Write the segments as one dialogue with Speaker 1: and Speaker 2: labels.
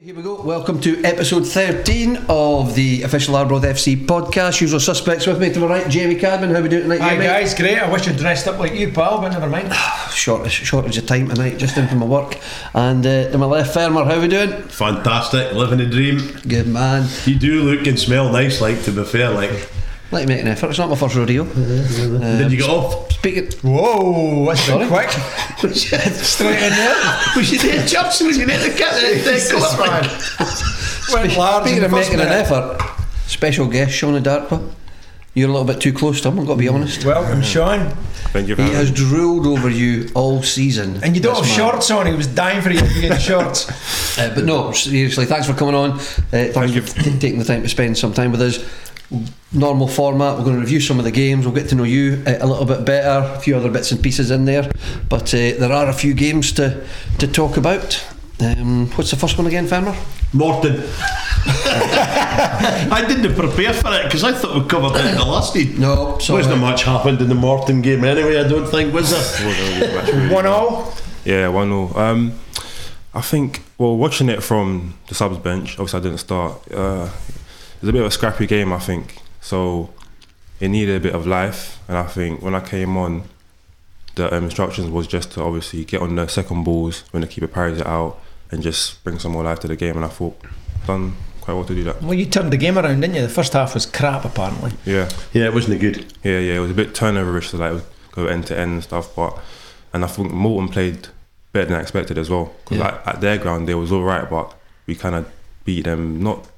Speaker 1: Here we go. Welcome to episode 13 of the official Arbroath FC podcast. Usual suspects with me to my right, Jamie Cadman. How we doing tonight,
Speaker 2: Hi
Speaker 1: Jamie?
Speaker 2: guys, great. I wish you dressed up like you, pal, but never mind.
Speaker 1: Shortage, shortage of time tonight, just in from my work. And uh, to my left, Farmer, how we doing?
Speaker 3: Fantastic, living the dream.
Speaker 1: Good man.
Speaker 3: You do look and smell nice, like to be fair. Like,
Speaker 1: Like making an effort. It's not my first rodeo.
Speaker 3: did you "Oh, get off?
Speaker 1: Speaking.
Speaker 2: Whoa, that's been quick.
Speaker 1: Was you,
Speaker 2: Straight in there.
Speaker 1: was you there, Chops? Was you there to get the- the
Speaker 2: Jesus,
Speaker 1: cover?
Speaker 2: man. Went large in
Speaker 1: Speaking
Speaker 2: the
Speaker 1: of
Speaker 2: first
Speaker 1: making an
Speaker 2: minute.
Speaker 1: effort, special guest, Sean Adarpa. You're a little bit too close to him, I've got to be honest.
Speaker 2: Welcome, Sean.
Speaker 3: Thank you
Speaker 1: He has drooled over you all season.
Speaker 2: And you don't
Speaker 1: this
Speaker 2: have
Speaker 1: man.
Speaker 2: shorts on. He was dying for you to be in shorts.
Speaker 1: Uh, but no, seriously, thanks for coming on. Uh, thanks
Speaker 3: you.
Speaker 1: for t- taking the time to spend some time with us. Normal format, we're going to review some of the games, we'll get to know you uh, a little bit better, a few other bits and pieces in there. But uh, there are a few games to, to talk about. Um, what's the first one again, Farmer?
Speaker 3: Morton. I didn't prepare for it because I thought we'd cover it in the last league.
Speaker 1: No, sorry.
Speaker 3: Wasn't much happened in the Morton game anyway, I don't think, was there?
Speaker 2: One all.
Speaker 4: Yeah, one 0 Um, I think. Well, watching it from the subs bench, obviously I didn't start. Uh, it was a bit of a scrappy game, I think. So it needed a bit of life, and I think when I came on, the um, instructions was just to obviously get on the second balls when the keeper parries it out, and just bring some more life to the game. And I thought done quite well to do that.
Speaker 2: Well, you turned the game around, didn't you? The first half was crap, apparently.
Speaker 4: Yeah.
Speaker 3: yeah, it wasn't good.
Speaker 4: Yeah, yeah, it was a bit turnoverish, so like it would go end to end and stuff. But and I think Morton played better than I expected as well. Because
Speaker 1: Yeah.
Speaker 4: at their ground they was all right, but we kind of beat them not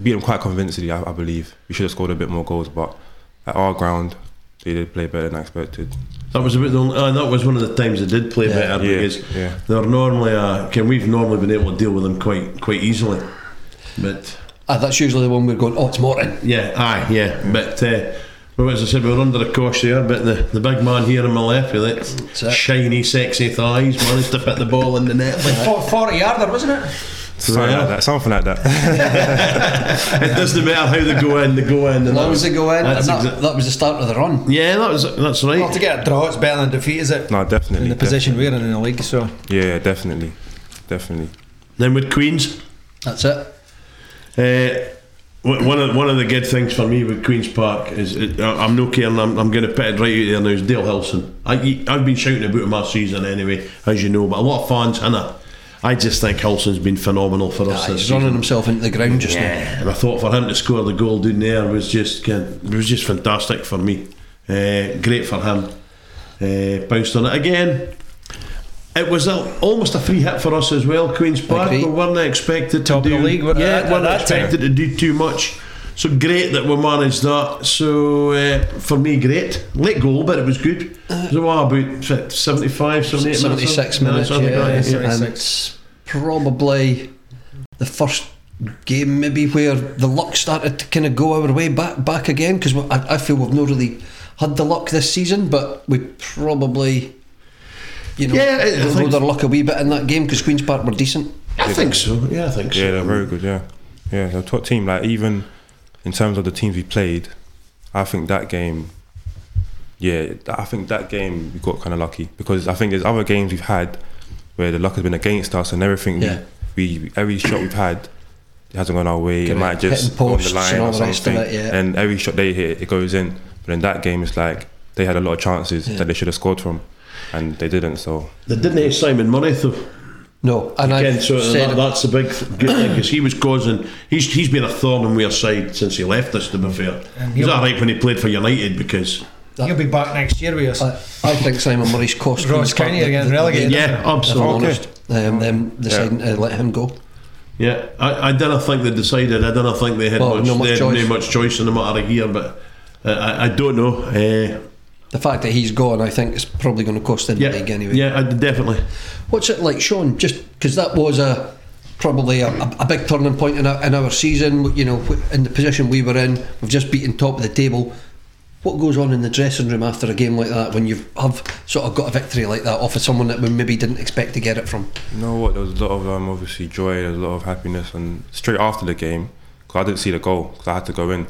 Speaker 4: beat them quite convincingly. I, I believe we should have scored a bit more goals, but at our ground they did play better than I expected.
Speaker 3: That was about the only, uh, that was one of the times I did play
Speaker 1: Yeah.
Speaker 3: better
Speaker 4: Yeah,
Speaker 3: because
Speaker 4: yeah.
Speaker 3: they're normally uh, can we've normally been able to deal with them quite quite easily, but
Speaker 1: Ah, that's usually the one we're going, oh, it's Morton.
Speaker 3: Yeah, aye, yeah. But uh, well, as I said, we were under a cosh there, but the, the big man here on my left with
Speaker 1: it.
Speaker 3: it, shiny, sexy thighs managed to fit the ball in the net. Like,
Speaker 2: Fort- 40 yarder, wasn't it?
Speaker 4: Something like that. Something like that.
Speaker 3: it doesn't matter how they go in, they go in.
Speaker 1: As
Speaker 3: And
Speaker 1: long as they go in, and
Speaker 3: That's
Speaker 1: that,
Speaker 3: exa-
Speaker 1: that was the start of the run.
Speaker 3: yeah, that was that's
Speaker 2: Well, to
Speaker 3: right.
Speaker 2: get a draw, it's better than defeat, is it?
Speaker 4: no, definitely.
Speaker 2: in the position we're in in the league, so.
Speaker 4: definitely. Yeah, definitely, definitely.
Speaker 3: Then with Queens,
Speaker 1: That's it.
Speaker 3: Uh, wh- one of one of the good things for me with Queens Park is it, I- I'm no caring. I'm, I'm going to put it right out there now. Is Dale Hilson. I he- I've been shouting about him all season anyway, as you know. But a lot of fans, and I, I just think Hilson's been phenomenal for us.
Speaker 1: Ah,
Speaker 3: this
Speaker 1: he's
Speaker 3: season.
Speaker 1: running himself into the ground just now.
Speaker 3: And I thought for him to score the goal down there was just kind- it was just fantastic for me. Uh, great for him. Uh, bounced on it again. It was a, almost a free hit for us as well, Queens Park.
Speaker 1: Agreed.
Speaker 3: We weren't expected
Speaker 2: Top
Speaker 3: to
Speaker 2: of
Speaker 3: do
Speaker 2: the league, weren't
Speaker 3: yeah,
Speaker 2: at- at
Speaker 3: weren't
Speaker 2: that time.
Speaker 3: expected to do too much. So great that we managed that. So uh, for me, great late goal, but it was good. So what about fit, 75, 78
Speaker 1: 76
Speaker 3: minutes?
Speaker 1: minutes,
Speaker 3: something
Speaker 1: yeah,
Speaker 3: like that,
Speaker 2: yeah.
Speaker 1: and
Speaker 2: 76.
Speaker 1: it's probably the first game maybe where the luck started to kind of go our way back back again because I, I feel we've not really had the luck this season but we probably you know
Speaker 3: Yeah, I- I
Speaker 1: rode
Speaker 3: think-
Speaker 1: our luck a wee bit in that game because Queen's Park were decent
Speaker 3: I think so. Yeah, I think so.
Speaker 4: Yeah, they're very good. Yeah, yeah, they're a top team. Like even in terms of the teams we played, I think that game. Yeah, I think that game we got kind of lucky because I think there's other games we've had where the luck has been against us and everything.
Speaker 1: Yeah.
Speaker 4: We, we every shot we've had. It hasn't gone our way. It
Speaker 1: Correct.
Speaker 4: might just
Speaker 1: Hitting
Speaker 4: go on
Speaker 1: posts
Speaker 4: the
Speaker 1: and
Speaker 4: line
Speaker 1: all
Speaker 4: or
Speaker 1: the rest of
Speaker 4: something.
Speaker 1: it, yeah.
Speaker 4: And every shot they hit, it goes in. But in that game, it's like they had a lot of chances
Speaker 1: Yeah.
Speaker 4: that they should have scored from, and they didn't. So
Speaker 3: They didn't have Simon Murray though.
Speaker 1: no and I
Speaker 3: Again, so
Speaker 1: said
Speaker 3: that, that's the big th- good thing because he was causing. He's he's been a thorn in our side since he left us. To be fair,
Speaker 2: And
Speaker 3: he's
Speaker 2: he'll-
Speaker 3: all right when he played for United because
Speaker 2: You'll be back next year with us.
Speaker 1: I, I think Simon Murray's cost Queen's
Speaker 2: Ross
Speaker 1: Park
Speaker 2: Kenny
Speaker 1: the-
Speaker 2: again
Speaker 1: the- the-
Speaker 2: relegated.
Speaker 3: yeah,
Speaker 1: if I'm
Speaker 3: absolutely,
Speaker 4: Okay.
Speaker 1: honest um, them deciding to let him go
Speaker 3: yeah. I, I didn't think they decided. I didn't think they had
Speaker 1: Well,
Speaker 3: much,
Speaker 1: no much
Speaker 3: they had
Speaker 1: choice.
Speaker 3: no much choice in the matter of here, but uh, I, I don't know. Uh,
Speaker 1: the fact that he's gone I think is probably going to cost them
Speaker 3: yeah,
Speaker 1: the league anyway
Speaker 3: yeah, I, definitely.
Speaker 1: What's it like, Sean? Just because that was a probably a, a a big turning point in our, in our season. You know, wh- in the position we were in, we've just beaten top of the table. What goes on in the dressing room after a game like that when you have sort of got a victory like that off of someone that we maybe didn't expect to get it from?
Speaker 4: You know what? There was a lot of um, obviously joy, there was a lot of happiness, and straight after the game, 'cause I didn't see the goal, 'cause I had to go in.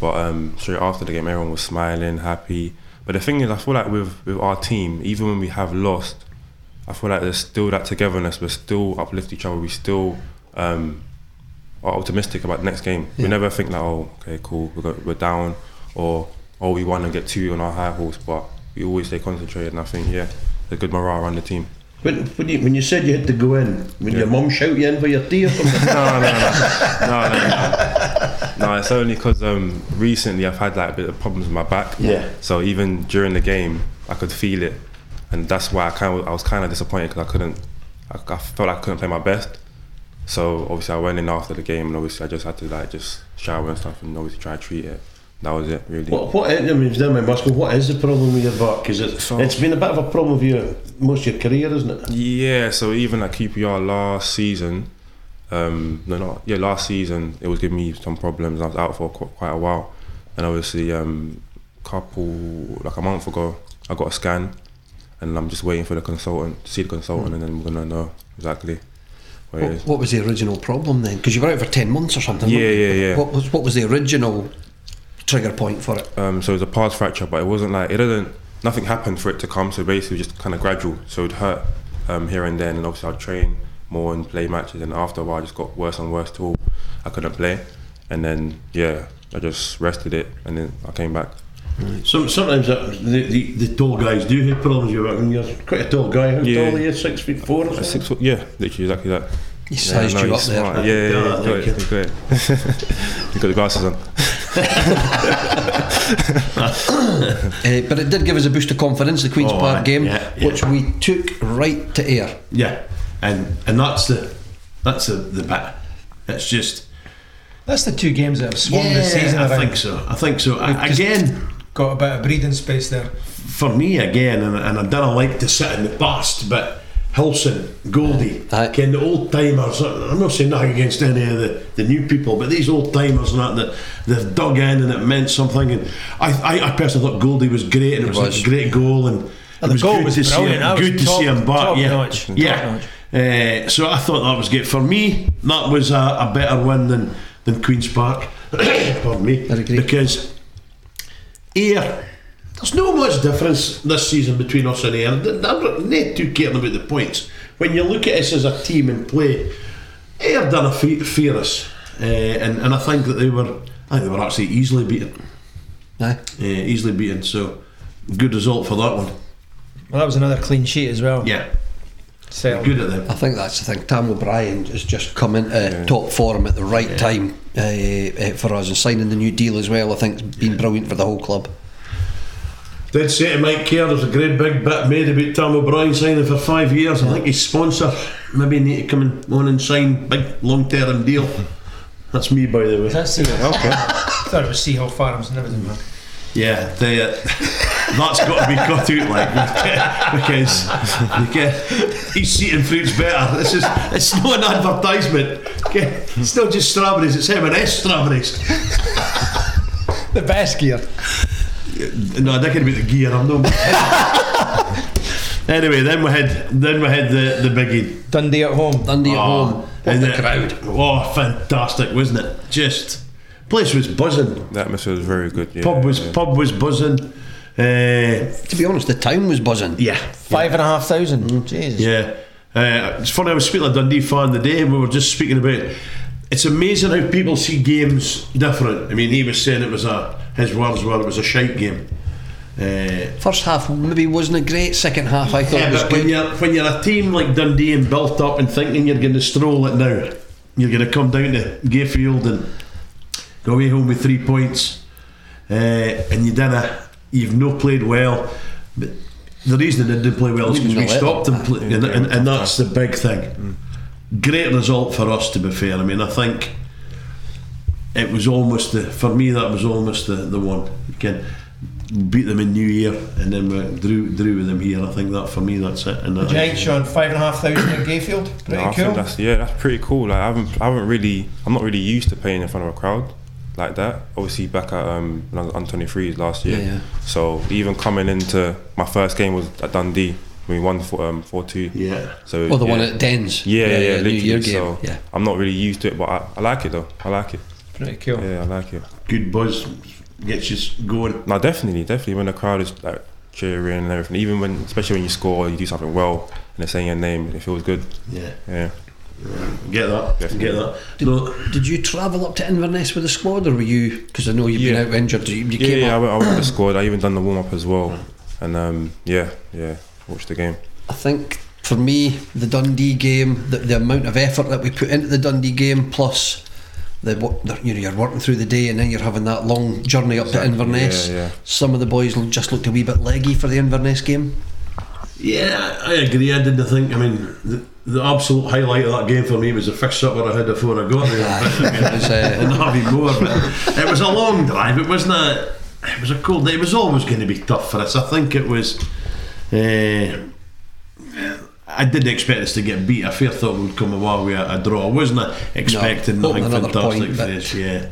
Speaker 4: But um, straight after the game, everyone was smiling, happy. But the thing is, I feel like with with our team, even when we have lost, I feel like there's still that togetherness. We still uplift each other. We still um, are optimistic about the next game. We never think like, oh, okay, cool, we're, go- we're down, or oh, we want to get two on our high horse. But we always stay concentrated, and I think yeah, the good morale around the team.
Speaker 3: When, when, you, when you said you had to go in, when your mum shout you in for your tea or something?
Speaker 4: no, no, no, no, no, no. No, it's only because um, recently I've had like a bit of problems with my back.
Speaker 3: Yeah.
Speaker 4: So even during the game, I could feel it, and that's why I kind of I was kind of disappointed because I couldn't, I, I felt like I couldn't play my best. So obviously I went in after the game, and obviously I just had to like just shower and stuff, and obviously try to treat it. That was it, really.
Speaker 3: What, what, I mean, if you don't mind me asking, what is the problem with your back? Because it,
Speaker 4: So-
Speaker 3: it's been a bit of a problem with your, most of your career, isn't it?
Speaker 4: Yeah, so even at QPR last season, um, no, not yeah, last season it was giving me some problems. I was out for qu- quite a while, and obviously, um, couple like a month ago, I got a scan, and I'm just waiting for the consultant to see the consultant, and then we're gonna know exactly where it
Speaker 1: What,
Speaker 4: is.
Speaker 1: what was the original problem then? Because you were out for 10 months or something.
Speaker 4: Yeah,
Speaker 1: weren't you?
Speaker 4: yeah, yeah.
Speaker 1: What was, what was the original trigger point for it?
Speaker 4: Um, so it was a pars fracture, but it wasn't like it didn't. Nothing happened for it to come. So basically, it was just kind of gradual. So it hurt um, here and then, and obviously I'd train more and play matches. And after a while, it just got worse and worse till I couldn't play. And then yeah, I just rested it, and then I came back.
Speaker 3: So sometimes that, the, the, the tall guys do have problems with your back. I mean, you're quite a tall guy. How
Speaker 4: Yeah.
Speaker 3: tall are you? Six feet four or
Speaker 4: At
Speaker 3: something?
Speaker 4: six foot, yeah, literally exactly that.
Speaker 1: He sized
Speaker 4: no,
Speaker 1: you up
Speaker 4: he's
Speaker 1: there.
Speaker 4: smart. Yeah, yeah, yeah.
Speaker 3: Yeah,
Speaker 4: yeah,
Speaker 3: thank you.
Speaker 4: he's great. He's got the glasses on.
Speaker 1: Uh, but it did give us a boost of confidence, the Queen's
Speaker 3: Oh,
Speaker 1: Park
Speaker 3: aye,
Speaker 1: game,
Speaker 3: yeah, yeah.
Speaker 1: which we took right to air.
Speaker 3: Yeah, and and that's the that's the the bit. It's just
Speaker 2: That's the two games that have swung the
Speaker 1: Yeah,
Speaker 2: season.
Speaker 3: I
Speaker 2: around.
Speaker 3: think so. I think so. I,
Speaker 2: Just
Speaker 3: again,
Speaker 2: got a bit of breathing space there.
Speaker 3: for me, again, and, and I don't like to sit in the past, but Hilson, Goldie,
Speaker 1: Aye.
Speaker 3: ken the old timers. I'm not saying nothing against any of the, the new people, but these old timers and that, that they've dug in and it meant something. And I, I, I personally thought Goldie was great, and it, was,
Speaker 1: was.
Speaker 3: a great goal, and it
Speaker 2: the
Speaker 3: was
Speaker 2: goal
Speaker 3: good
Speaker 2: was
Speaker 3: to see
Speaker 2: brilliant.
Speaker 3: him.
Speaker 2: That was
Speaker 3: Good to see
Speaker 2: top-
Speaker 3: him back.
Speaker 2: top
Speaker 3: Yeah,
Speaker 2: notch, top
Speaker 3: yeah.
Speaker 2: notch.
Speaker 3: Uh, so I thought that was good for me. That was a, a better win than than Queens Park. Pardon me,
Speaker 1: I agree.
Speaker 3: because here there's no much difference this season between us and here. They're too caring about the points. When you look at us as a team and play, Ayr done a fe- fear us, uh, and and I think that they were, I think they were actually easily beaten,
Speaker 1: Aye.
Speaker 3: uh, easily beaten. So good result for that one.
Speaker 2: Well, that was another clean sheet as well.
Speaker 3: Yeah,
Speaker 2: Settled.
Speaker 3: good at them.
Speaker 1: I think that's the thing. Tam O'Brien has just come into top form at the right time uh, uh, for us, and signing the new deal as well. I think has been brilliant for the whole club.
Speaker 3: Did say to Mike Kerr, there's a great big bit made about Tom O'Brien signing for five years. I think his sponsor maybe need to come in on and sign big long term deal. That's me, by the way.
Speaker 2: That's the
Speaker 4: Okay.
Speaker 2: thought it was Seahawk Farms and everything, man.
Speaker 3: Yeah, they, uh, that's got to be cut out, like because because he's eating fruits better. This is it's not an advertisement. Okay, it's not just strawberries; it's M&S strawberries.
Speaker 2: The best gear.
Speaker 3: No, I thinking about the gear. I'm not. anyway, then we had then we had the the biggie.
Speaker 2: Dundee at home.
Speaker 1: Dundee at
Speaker 4: Ah,
Speaker 3: Oh,
Speaker 1: home, what the
Speaker 3: it-
Speaker 1: crowd.
Speaker 3: Oh, fantastic, wasn't it? Just place was buzzing.
Speaker 4: The atmosphere was very good. Yeah,
Speaker 3: Pub was
Speaker 4: yeah.
Speaker 3: pub was buzzing. Uh,
Speaker 1: To be honest, the town was buzzing.
Speaker 3: yeah,
Speaker 2: Five and a half thousand. Jesus.
Speaker 3: Mm. Yeah. Uh, it's funny, I was speaking to a Dundee fan the day and we were just speaking about it's amazing how people see games different. I mean, he was saying it was a, his words were, it was a shite game. Uh,
Speaker 1: First half maybe wasn't a great. Second half, I thought
Speaker 3: yeah,
Speaker 1: was
Speaker 3: but when
Speaker 1: good.
Speaker 3: you're, when you're a team like Dundee and built up and thinking you're going to stroll it now, you're going to come down to Gayfield and go away home with three points, uh, and you didn't, you've not played well. But the reason they didn't play well is because
Speaker 1: Wouldn't
Speaker 3: we
Speaker 1: have let
Speaker 3: stopped them, play, and, and, and that's the big thing. Great result for us, to be fair. I mean, I think it was almost the for me that was almost the, the one again beat them in New Year and then we drew drew with them here I think that for me that's it and that
Speaker 2: Giants showing five and a half thousand at Gayfield. Pretty
Speaker 4: No, I think
Speaker 2: cool.
Speaker 4: that's yeah, that's pretty cool. Like I haven't, I haven't really, I'm not really used to playing in front of a crowd like that. Obviously, back at um, when I was under 23s last year.
Speaker 1: Yeah, yeah.
Speaker 4: So even coming into my first game was at Dundee. We won four, um, four two.
Speaker 3: yeah
Speaker 4: So
Speaker 1: Well, the
Speaker 4: yeah.
Speaker 1: one at Dens.
Speaker 4: yeah, yeah, yeah,
Speaker 1: New
Speaker 4: literally.
Speaker 1: Year game.
Speaker 4: So
Speaker 1: Yeah.
Speaker 4: I'm not really used to it, but I, I like it though. I like it.
Speaker 2: Pretty
Speaker 1: Oh.
Speaker 2: cool.
Speaker 4: Yeah, I like it.
Speaker 3: good buzz gets you s- going
Speaker 4: No, definitely, definitely. When the crowd is like cheering and everything. Even when, especially when you score, or you do something well, and they're saying your name. It feels good.
Speaker 3: Yeah,
Speaker 4: Yeah.
Speaker 3: get that,
Speaker 4: Definitely.
Speaker 3: get that.
Speaker 1: Did,
Speaker 3: No,
Speaker 1: did you travel up to Inverness with the squad, or were you? Because I know you've
Speaker 4: Yeah.
Speaker 1: been out injured. You, you
Speaker 4: Yeah,
Speaker 1: came
Speaker 4: yeah. I
Speaker 1: up.
Speaker 4: went, I went to the squad. I even done the warm up as well. And um, yeah, yeah. Watched the game.
Speaker 1: I think for me, the Dundee game, the, the amount of effort that we put into the Dundee game, plus the, wo- the you know you're working through the day and then you're having that long journey up
Speaker 4: Exactly,
Speaker 1: to Inverness.
Speaker 4: yeah, yeah.
Speaker 1: Some of the boys l- just looked a wee bit leggy for the Inverness game.
Speaker 3: yeah, I agree. I didn't think. I mean, the, the absolute highlight of that game for me was the fix up that I had before I got there.
Speaker 1: It was, uh,
Speaker 3: and Harvey Moore. But it was a long drive. It wasn't a. It was a cold day. It was always going to be tough for us. I think it was. eh, I didn't expect us to get beat. I fear thought we'd come away with a, a draw. I wasn't expecting
Speaker 1: No,
Speaker 3: nothing
Speaker 1: hoping another
Speaker 3: fantastic
Speaker 1: point,
Speaker 3: for
Speaker 1: but-
Speaker 3: this. Yeah,
Speaker 1: eh,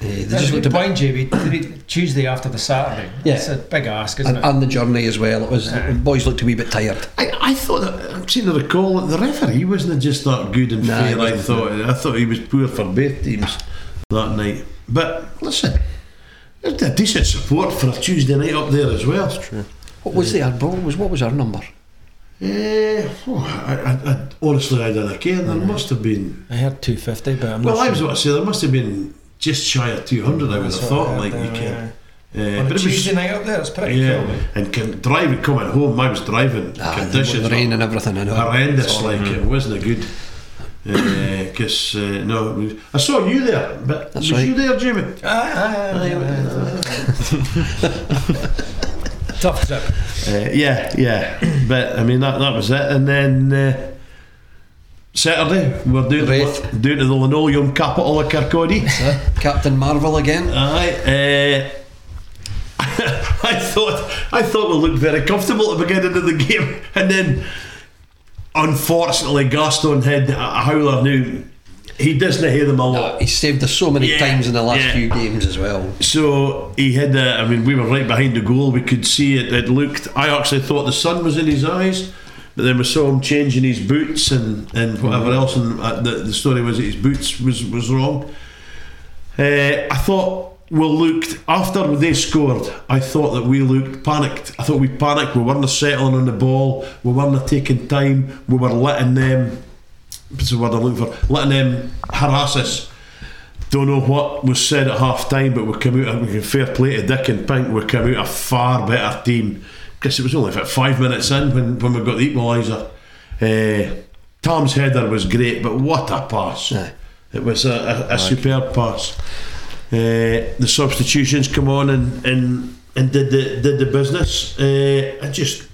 Speaker 1: they
Speaker 2: That's
Speaker 1: just
Speaker 2: a
Speaker 1: looked
Speaker 2: good
Speaker 1: a bit,
Speaker 2: point, JB. To be Tuesday after the Saturday.
Speaker 1: Yeah.
Speaker 2: It's a big ask, isn't
Speaker 1: and,
Speaker 2: it?
Speaker 1: and the journey as well. It was the boys looked a wee bit tired.
Speaker 3: I, I thought that, I'm seeing the recall. The referee wasn't just that good and
Speaker 1: No, he
Speaker 3: fair. I
Speaker 1: wasn't.
Speaker 3: thought I thought he was poor for both teams that night. But listen, there's a decent support for a Tuesday night up there as well. true.
Speaker 1: What was the our ball? Was what was our number?
Speaker 3: Eh, oh, I, I, I, honestly, I don't care. There must have been.
Speaker 2: I heard 250, but I'm
Speaker 3: Well,
Speaker 2: not
Speaker 3: I was
Speaker 2: sure.
Speaker 3: about to say there must have been just shy of two hundred. I would have
Speaker 2: That's what
Speaker 3: thought,
Speaker 2: I
Speaker 3: like
Speaker 2: heard
Speaker 3: you
Speaker 2: there,
Speaker 3: can. eh,
Speaker 2: On a Tuesday night up there, it's pretty
Speaker 3: yeah,
Speaker 2: cool.
Speaker 3: and can driving coming home. I was driving
Speaker 1: Ah,
Speaker 3: conditions
Speaker 1: the rain
Speaker 3: were
Speaker 1: and everything. I know.
Speaker 3: horrendous. Like it wasn't a good. Because uh, no, it was- I saw you there, but
Speaker 1: That's
Speaker 3: was
Speaker 1: right.
Speaker 3: you there, Jimmy?
Speaker 2: Ah, Tough trip.
Speaker 3: Uh, yeah, yeah. but I mean that that was it, and then uh, Saturday we're down
Speaker 1: Wraith.
Speaker 3: to, down to the linoleum capital of Kirkcaldy.
Speaker 1: Captain Marvel again.
Speaker 3: Aye. Uh, I thought I thought we looked very comfortable at the beginning of the game, and then unfortunately Gaston had a a howler. Now he doesn't hear them a lot.
Speaker 1: He saved us so many
Speaker 3: Uh, Yeah,
Speaker 1: times in the last
Speaker 3: yeah.
Speaker 1: few games as well.
Speaker 3: So he had, uh, I mean, we were right behind the goal. We could see it. It looked. I actually thought the sun was in his eyes, but then we saw him changing his boots and and whatever else. And uh, the, the story was that his boots was was wrong. Uh, I thought we looked after they scored. I thought that we looked panicked. I thought we panicked. We weren't settling on the ball. We weren't taking time. We were letting them. What's the word I'm looking for? Letting them harass us. Don't know what was said at half time, but we come out. I mean, fair play to Dick and Pink. We come out a far better team because it was only about five minutes in when, when we got the equaliser. Eh, Tom's header was great, but what a pass!
Speaker 1: Aye.
Speaker 3: It was a, a, a superb pass. Eh, the substitutions come on and and, and did the did the business. Eh, I just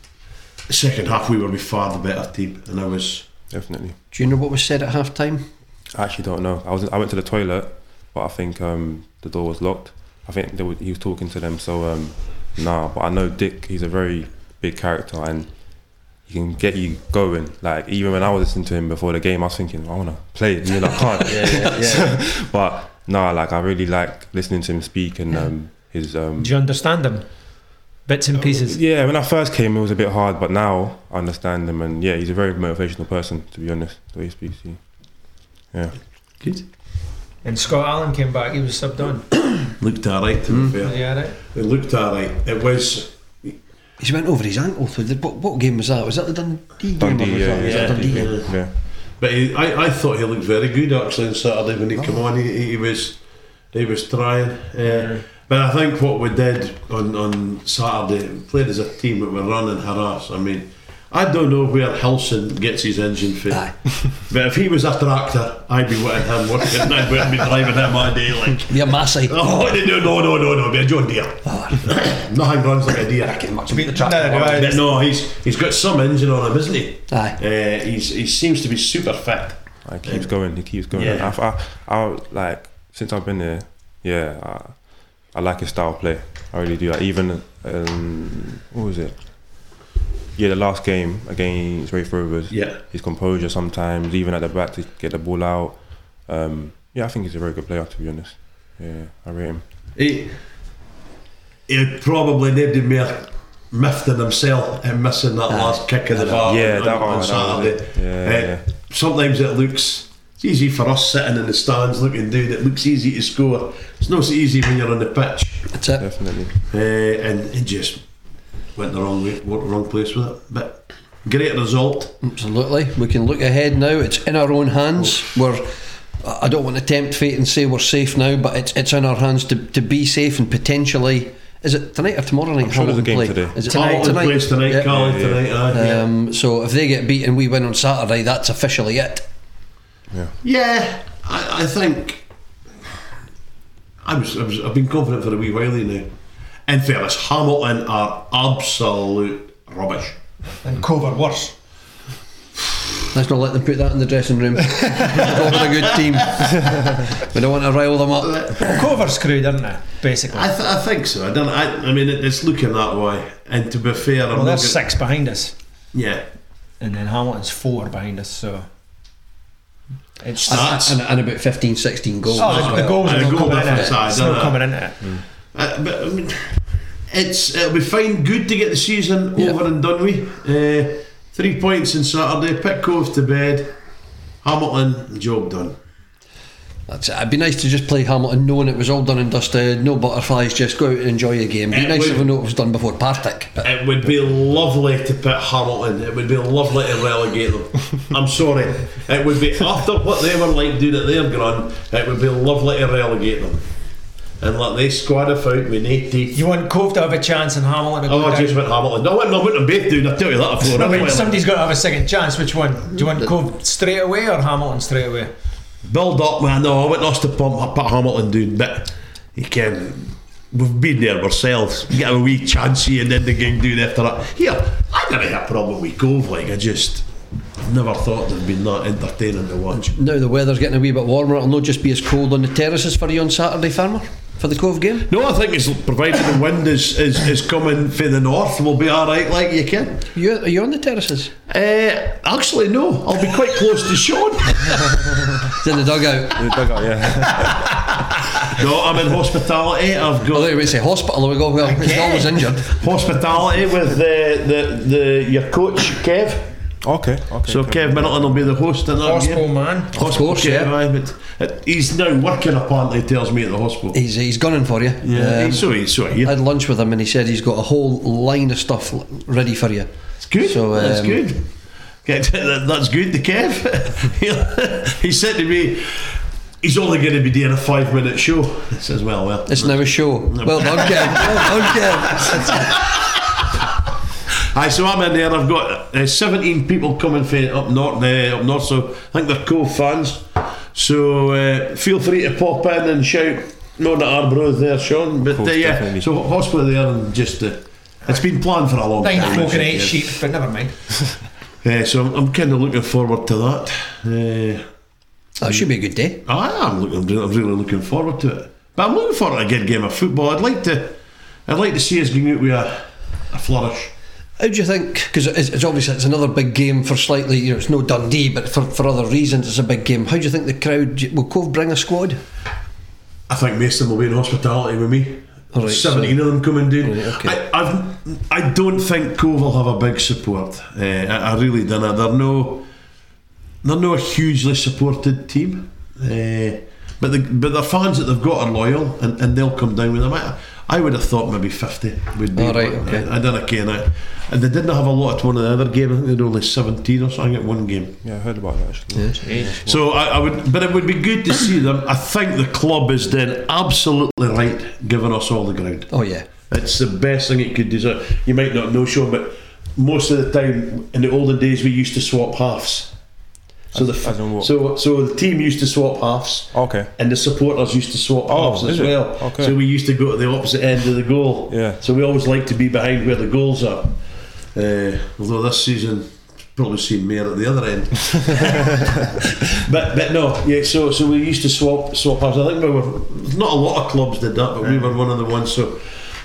Speaker 3: the second half we were by far the better team, and I was
Speaker 4: Definitely.
Speaker 1: Do you know what was said at half time?
Speaker 4: I actually don't know. I was I went to the toilet, but I think um, the door was locked. I think they were, he was talking to them. So um, nah, but I know Dick. He's a very big character and he can get you going. Like even when I was listening to him before the game, I was thinking I want to play, and then I can't. but nah, like I really like listening to him speak and um, his um,
Speaker 5: Do you understand them? Bits and pieces.
Speaker 4: yeah. When I first came, it was a bit hard, but now I understand him and yeah, he's a very motivational person. To be honest, the way he speaks, he, yeah.
Speaker 2: And Scott Allen came back, he was subbed on.
Speaker 3: looked alright to be fair.
Speaker 2: Yeah, right.
Speaker 3: It looked alright. It was
Speaker 1: He's went over his ankle. Through the, what, what game was that? Was that the Dundee game? or
Speaker 4: Dundee,
Speaker 1: was
Speaker 4: yeah,
Speaker 1: that, was
Speaker 4: yeah,
Speaker 1: that Dundee game?
Speaker 4: yeah, yeah.
Speaker 3: But he, I, I thought he looked very good actually on Saturday
Speaker 1: Oh.
Speaker 3: when he came on. He, he was he was trying. Uh, but I think what we did on, on Saturday, we played as a team that were running harass. I mean, I don't know where Hilson gets his engine from.
Speaker 1: Aye.
Speaker 3: But if he was a tractor, I'd be wanting him working. I'd want to be driving him all day. Like,
Speaker 1: Yeah, Oh, Massey.
Speaker 3: oh, no, no, no, no, no, be a John Deere. Nothing runs like a deer.
Speaker 2: Beat the traffic. No, no, I-
Speaker 3: But no, he's he's got some engine on him, isn't he?
Speaker 1: Aye.
Speaker 3: Uh, he's, he seems to be super fit.
Speaker 4: Like, He keeps going. He keeps going.
Speaker 3: Yeah.
Speaker 4: I've- I, I, like since I've been there, yeah, I, I like his style of play. I really do. Like, even um, what was it? Yeah, the last game against Rafe Rovers.
Speaker 3: Yeah.
Speaker 4: His composure sometimes, even at the back to get the ball out. Um, yeah, I think he's a very good player to be honest. Yeah, I rate him.
Speaker 3: He, he probably nobody more miffed than himself and missing that last kick of the bar
Speaker 4: Yeah,
Speaker 3: on,
Speaker 4: that
Speaker 3: on
Speaker 4: one, that was
Speaker 3: Saturday.
Speaker 4: it. Yeah,
Speaker 3: Eh,
Speaker 4: yeah.
Speaker 3: Sometimes it looks it's easy for us sitting in the stands looking down. It looks easy to score. It's not so easy when you're on the pitch.
Speaker 1: That's it.
Speaker 4: Definitely.
Speaker 3: Eh, and it just went the wrong way, went the wrong place with it. But great result.
Speaker 1: Absolutely. We can look ahead now. It's in our own hands.
Speaker 4: Oh.
Speaker 1: We're I don't want to tempt fate and say we're safe now, but it's it's in our hands to, to be safe and potentially is it tonight or tomorrow night?
Speaker 4: I'm sure there's a
Speaker 1: Holland
Speaker 4: game
Speaker 1: play?
Speaker 4: today.
Speaker 1: Is it
Speaker 3: Tonight,
Speaker 1: tonight? Tonight.
Speaker 3: place tonight,
Speaker 1: Yeah.
Speaker 3: Carling tonight. aye, yeah.
Speaker 1: Um, so if they get beat and we win on Saturday, that's officially it.
Speaker 3: Yeah, I, I think I was, I was I've been confident for a wee while here now. In fairness, Hamilton are absolute rubbish.
Speaker 2: And Cove worse.
Speaker 1: Let's not let them put that in the dressing room. We're a good team. we don't want to rile them up.
Speaker 2: Cove are screwed, aren't they? Basically.
Speaker 3: I, th- I think so. I don't. I, I mean, it, it's looking that way. And to be fair, I'm
Speaker 2: well,
Speaker 3: not
Speaker 2: they're
Speaker 3: gonna-
Speaker 2: six behind us,
Speaker 3: Yeah,
Speaker 2: and then Hamilton's four behind us. So it's
Speaker 3: Stats.
Speaker 1: And, and about 15, 16 goals.
Speaker 2: Oh,
Speaker 1: as
Speaker 2: the, the
Speaker 1: well.
Speaker 2: goals
Speaker 3: And
Speaker 2: are
Speaker 3: the
Speaker 2: not
Speaker 3: goal
Speaker 2: coming in.
Speaker 3: difference,
Speaker 2: It.
Speaker 3: aye,
Speaker 2: It's not
Speaker 3: dunno.
Speaker 2: coming into it.
Speaker 3: Uh, but I mean, it's it'll be fine. Good to get the season
Speaker 1: Yeah.
Speaker 3: over and done with. Uh, three points on Saturday. Pick Cove to bed. Hamilton, job done.
Speaker 1: That's it. It'd be nice to just play Hamilton knowing it was all done and dusted, no butterflies, just go out and enjoy the game. Be
Speaker 3: It
Speaker 1: nice
Speaker 3: would-
Speaker 1: if we know it was done before Partick. But
Speaker 3: It would be lovely to put Hamilton. It would be lovely to relegate them. I'm sorry. It would be after what they were like doing at their ground. It would be lovely to relegate them and let they squad if out with eight teeth.
Speaker 2: You want Cove to have a chance and Hamilton to
Speaker 3: Oh,
Speaker 2: go
Speaker 3: I just
Speaker 2: down.
Speaker 3: went Hamilton. No, I wouldn't- I wouldn't have both doing. I tell you that. Before.
Speaker 2: No, wait, somebody's got to have a second chance. Which one? Do you want Cove straight away or Hamilton straight away?
Speaker 3: build up, man. No, I went lost the pump. I put Hamilton doing, but you can. We've been there ourselves. You get a wee chancy and then the game doing after that. Here, I never had a problem with Cove. Like I just never thought they'd been that entertaining to watch.
Speaker 1: now the weather's getting a wee bit warmer, it'll not just be as cold on the terraces for you on Saturday, Farmer, for the Cove game.
Speaker 3: No, I think it's provided the wind is, is, is coming from the north, we'll be all right. Like you can.
Speaker 1: You, are you on the terraces?
Speaker 3: Uh, actually, no. I'll be quite close to Sean.
Speaker 1: It's in the dugout.
Speaker 4: The dugout, yeah.
Speaker 3: no, I'm in hospitality. I've
Speaker 1: Oh,
Speaker 3: got
Speaker 1: there we say hospital. There we go. Well, he's always injured.
Speaker 3: hospitality with uh, the, the, the your coach Kev.
Speaker 4: Okay, okay.
Speaker 3: So Kev Middleton will be the host in that
Speaker 2: Hospital
Speaker 3: game.
Speaker 2: man.
Speaker 1: Of course,
Speaker 3: Kev,
Speaker 1: yeah.
Speaker 3: aye, but uh, he's now working apparently. He tells me at the hospital.
Speaker 1: He's, he's gunning for you.
Speaker 3: yeah,
Speaker 1: Um,
Speaker 3: he's so he's so
Speaker 1: I
Speaker 3: here.
Speaker 1: had lunch with him and he said he's got a whole line of stuff l- ready for you.
Speaker 3: It's good.
Speaker 1: so,
Speaker 3: that's
Speaker 1: um,
Speaker 3: good. Okay, that- that's good. The Kev. he said to me, he's only going to be doing a five-minute show. I says, well, well.
Speaker 1: It's now a show. Well done, Kev. Well done, Kev.
Speaker 3: Aye, so I'm in there. I've got uh, 17 people coming from up north. Uh, up north, so I think they're Cove fans. So uh, feel free to pop in and shout. Not that our bro's there, Sean, but
Speaker 4: course,
Speaker 3: uh, yeah.
Speaker 4: definitely.
Speaker 3: So hospital there and just uh, it's been planned for a long
Speaker 2: Nine
Speaker 3: time.
Speaker 2: folk and eight
Speaker 3: Oh, Yeah.
Speaker 2: sheep, but never mind.
Speaker 3: Yeah, so I'm, I'm kind of looking forward to that. Uh,
Speaker 1: That should be a good day.
Speaker 3: I am looking. I'm really looking forward to it. But I'm looking forward to a good game of football. I'd like to. I'd like to see us going out with a, a flourish.
Speaker 1: How do you think? Because it's, it's obviously it's another big game for slightly, you know, it's no Dundee, but for, for other reasons it's a big game. How do you think the crowd will Cove bring a squad?
Speaker 3: I think Mason will be in hospitality with me.
Speaker 1: Alright,
Speaker 3: 17 of them coming down.
Speaker 1: Alright, okay.
Speaker 3: I, I've, I don't think Cove will have a big support. Uh, I, I really don't. They're no, they're no hugely supported team. Uh, but the, but their fans that they've got are loyal and, and they'll come down with them. I, I would have thought maybe 50 would be.
Speaker 1: Alright,
Speaker 3: but
Speaker 1: okay.
Speaker 3: I, I don't care now. And they didn't have a lot at one of the other games. I think they had only 17 or something at one game.
Speaker 4: Yeah, I heard about that actually.
Speaker 3: So I, I would, but it would be good to see them. I think the club has done absolutely right, giving us all the ground.
Speaker 1: Oh yeah,
Speaker 3: It's the best thing it could do. You might not know, Sean, but most of the time in the olden days we used to swap halves. So the
Speaker 4: As in what?
Speaker 3: so so the team used to swap halves.
Speaker 4: Okay.
Speaker 3: And the supporters used to swap
Speaker 4: Oh,
Speaker 3: halves as
Speaker 4: is it?
Speaker 3: well.
Speaker 4: Okay.
Speaker 3: So we used to go to the opposite end of the goal.
Speaker 4: Yeah.
Speaker 3: So we always like to be behind where the goals are. Uh, although this season probably seen more at the other end. but but no, yeah. So so we used to swap swap halves. I think we were not a lot of clubs did that, but we were one of the ones. So,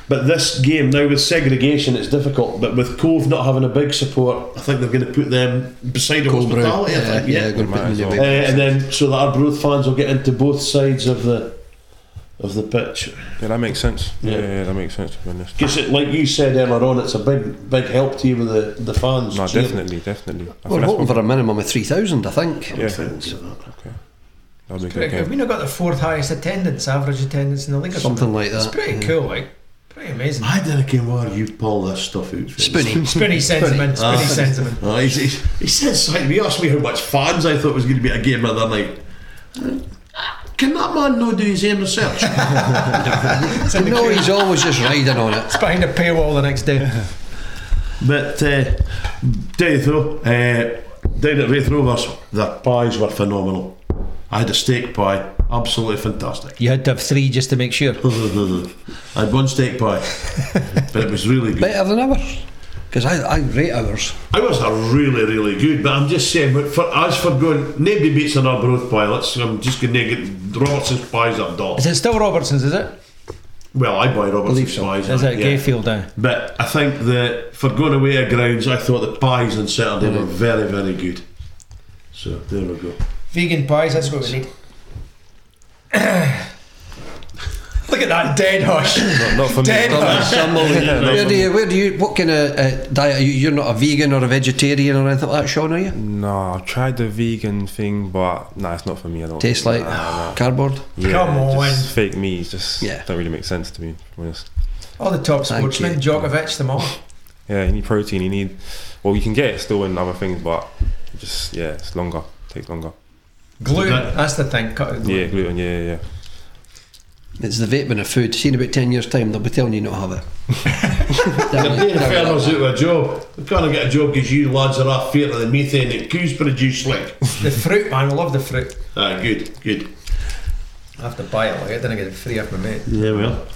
Speaker 3: but this game now with segregation, it's difficult. But with Cove not having a big support, I think they're going to put them beside the
Speaker 1: Cold brew.
Speaker 3: hospitality. I
Speaker 1: Yeah,
Speaker 3: think,
Speaker 1: yeah,
Speaker 3: yeah.
Speaker 1: going to put
Speaker 4: Might
Speaker 1: them in
Speaker 4: as
Speaker 1: the
Speaker 4: well.
Speaker 3: Uh,
Speaker 1: way.
Speaker 3: and then so that our Arbroath fans will get into both sides of the of the pitch.
Speaker 4: Yeah, that makes sense. Yeah,
Speaker 3: Yeah.
Speaker 4: yeah, that makes sense to be honest.
Speaker 3: Because like you said earlier on, it's a big big help to you with the the fans.
Speaker 4: No,
Speaker 3: cheering.
Speaker 4: definitely, definitely. I
Speaker 1: We're
Speaker 4: that's
Speaker 1: hoping
Speaker 4: what-
Speaker 1: for a minimum of three thousand, I think.
Speaker 4: Yeah,
Speaker 3: I think so.
Speaker 4: that'd be a good
Speaker 2: Correct. Have
Speaker 4: game.
Speaker 2: we not got the fourth highest attendance, average attendance in the league? Or
Speaker 1: Something like
Speaker 2: It's
Speaker 1: that,
Speaker 2: pretty
Speaker 1: yeah.
Speaker 2: cool, like. Pretty amazing.
Speaker 3: I don't care where you pull this stuff out. From.
Speaker 1: Spinny.
Speaker 2: Spinny sends him in. Spinny
Speaker 3: Ah.
Speaker 2: sends him in.
Speaker 3: Oh, he, he, he says something. He asked me how much fans I thought was going to be at a game the other night. Can that man not do his own research?
Speaker 1: You know he's always just riding on it.
Speaker 2: It's behind a paywall the next day.
Speaker 3: but uh, Daythrow, uh, down at Wraith Rovers, their pies were phenomenal. I had a steak pie, absolutely fantastic.
Speaker 5: You had to have three just to make sure.
Speaker 3: I had one steak pie, but it was really good.
Speaker 1: Better than ours. Because I, I rate ours.
Speaker 3: Ours are really, really good, but I'm just saying, but for, as for going, nobody beats an Arbroath pie. Let's, I'm just going to get Robertson's pies up dog.
Speaker 5: Is it still Robertson's, is it?
Speaker 3: Well, I buy Robertson's
Speaker 1: Believe so.
Speaker 3: pies.
Speaker 5: Is
Speaker 3: I-
Speaker 5: it Gayfield now?
Speaker 3: But I think that for going away at grounds, I thought the pies on Saturday were very, very good. So there we go.
Speaker 2: Vegan pies, that's what we need. Look at that dead hush.
Speaker 4: Not, not for
Speaker 2: Dead
Speaker 4: me.
Speaker 2: hush.
Speaker 1: Where do you, where do you, what kind of uh, diet are you? You're not a vegan or a vegetarian or anything like that, Sean, are you?
Speaker 4: No, I've tried the vegan thing, but nah, it's not for me. I don't
Speaker 1: Tastes like cardboard.
Speaker 4: Yeah,
Speaker 2: Come
Speaker 4: just Fake meat just
Speaker 1: Yeah.
Speaker 4: don't really make sense to me. to be honest.
Speaker 2: All the top
Speaker 1: Thank
Speaker 2: sportsmen,
Speaker 1: you.
Speaker 2: Djokovic, them all.
Speaker 4: Yeah, you need protein. You need. Well, you can get it still in other things, but it just yeah, it's longer. Takes longer.
Speaker 2: Gluten,
Speaker 3: That-
Speaker 2: that's the thing. Cut out
Speaker 4: Yeah,
Speaker 2: gluten.
Speaker 4: gluten. Yeah, yeah, yeah.
Speaker 1: It's the vaping of food. See in about 10 years' time, they'll be telling you not to have it.
Speaker 3: The
Speaker 1: Damn it.
Speaker 3: day the fellas out of a job, they can't get a job because you lads are off fear of the methane that coos produce like.
Speaker 2: The fruit, man, I love the fruit.
Speaker 3: Ah, good, good.
Speaker 2: I have to buy it, like, I didn't get it free off my mate.
Speaker 3: Yeah, well.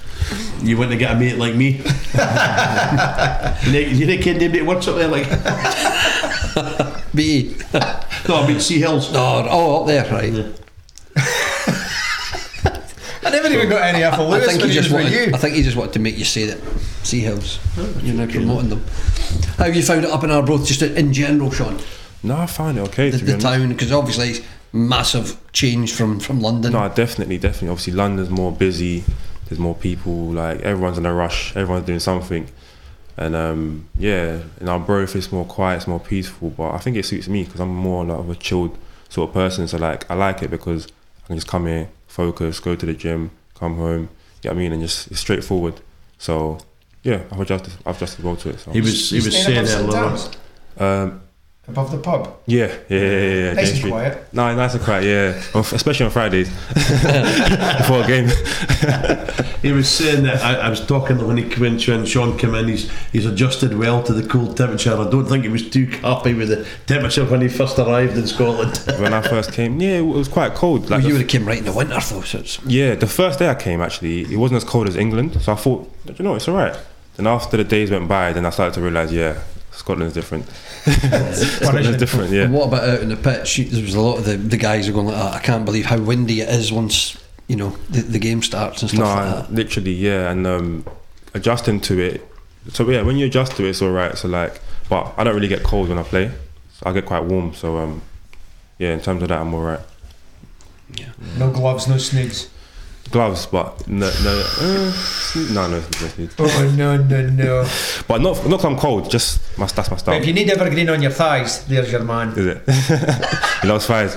Speaker 3: You wouldn't get a mate like me. you know, kid, nobody works up there like.
Speaker 1: B.
Speaker 3: No, I mean, Sea Hills.
Speaker 1: Oh, oh, up there, right.
Speaker 2: I never even got any off of
Speaker 1: I
Speaker 2: Lewis
Speaker 1: think
Speaker 2: when
Speaker 1: he
Speaker 2: he was
Speaker 1: just
Speaker 2: with you.
Speaker 1: wanted. I think he just wanted to make you say that. Sea Hills, you're now promoting them. How have you found it up in Arbroath, just in general, Sean?
Speaker 4: No, I find it okay.
Speaker 1: The,
Speaker 4: to be
Speaker 1: the
Speaker 4: honest.
Speaker 1: town, because obviously it's massive change from from London.
Speaker 4: No, definitely, definitely. Obviously, London's more busy. There's more people. Like everyone's in a rush. Everyone's doing something. And um, yeah, in our growth, it's more quiet. It's more peaceful. But I think it suits me because I'm more like, of a chilled sort of person. So like, I like it because I can just come here, focus, go to the gym, come home. You know what I mean? And just it's straightforward. So yeah, I've adjusted. I've adjusted well to it. So.
Speaker 3: He was, he was
Speaker 2: Staying
Speaker 3: saying
Speaker 2: above
Speaker 3: that
Speaker 2: St.
Speaker 3: Laura.
Speaker 2: Towns,
Speaker 4: Um,
Speaker 2: Above the pub.
Speaker 4: yeah, yeah, yeah, yeah. yeah.
Speaker 2: Nice
Speaker 4: James
Speaker 2: and
Speaker 4: Street.
Speaker 2: quiet.
Speaker 4: No, nice and quiet. Yeah, On- especially on Fridays before a game.
Speaker 3: He was saying that I, I was talking when he came in, when Sean came in, he's, he's adjusted well to the cold temperature. I don't think he was too happy with the temperature when he first arrived in Scotland.
Speaker 4: when I first came, yeah, it was quite cold.
Speaker 1: Well,
Speaker 4: Like
Speaker 1: you
Speaker 4: the,
Speaker 1: would have came right in the winter, though. So it's,
Speaker 4: yeah, the first day I came, actually, it wasn't as cold as England, so I thought, you know, it's all right. Then after the days went by, then I started to realize, yeah, Scotland's different. Scotland's different,
Speaker 1: And
Speaker 4: yeah.
Speaker 1: What about out in the pitch? You- There was a lot of the, the guys are going like, "Ah, I can't believe how windy it is once you know the, the game starts and stuff
Speaker 4: No,
Speaker 1: like
Speaker 4: I-
Speaker 1: that.
Speaker 4: literally, yeah, and um, adjusting to it. So yeah, when you adjust to it, it's all right. So like, but I don't really get cold when I play. So I get quite warm. So um, yeah, in terms of that, I'm all right.
Speaker 2: No gloves, no snoods.
Speaker 4: Gloves, but no, no, uh, no, no, no, no.
Speaker 2: Oh, no, no, no.
Speaker 4: But not, not 'cause I'm cold. Just my, that's my
Speaker 2: But
Speaker 4: style.
Speaker 2: if you need evergreen on your thighs, there's your man.
Speaker 4: Is it? Lost fives.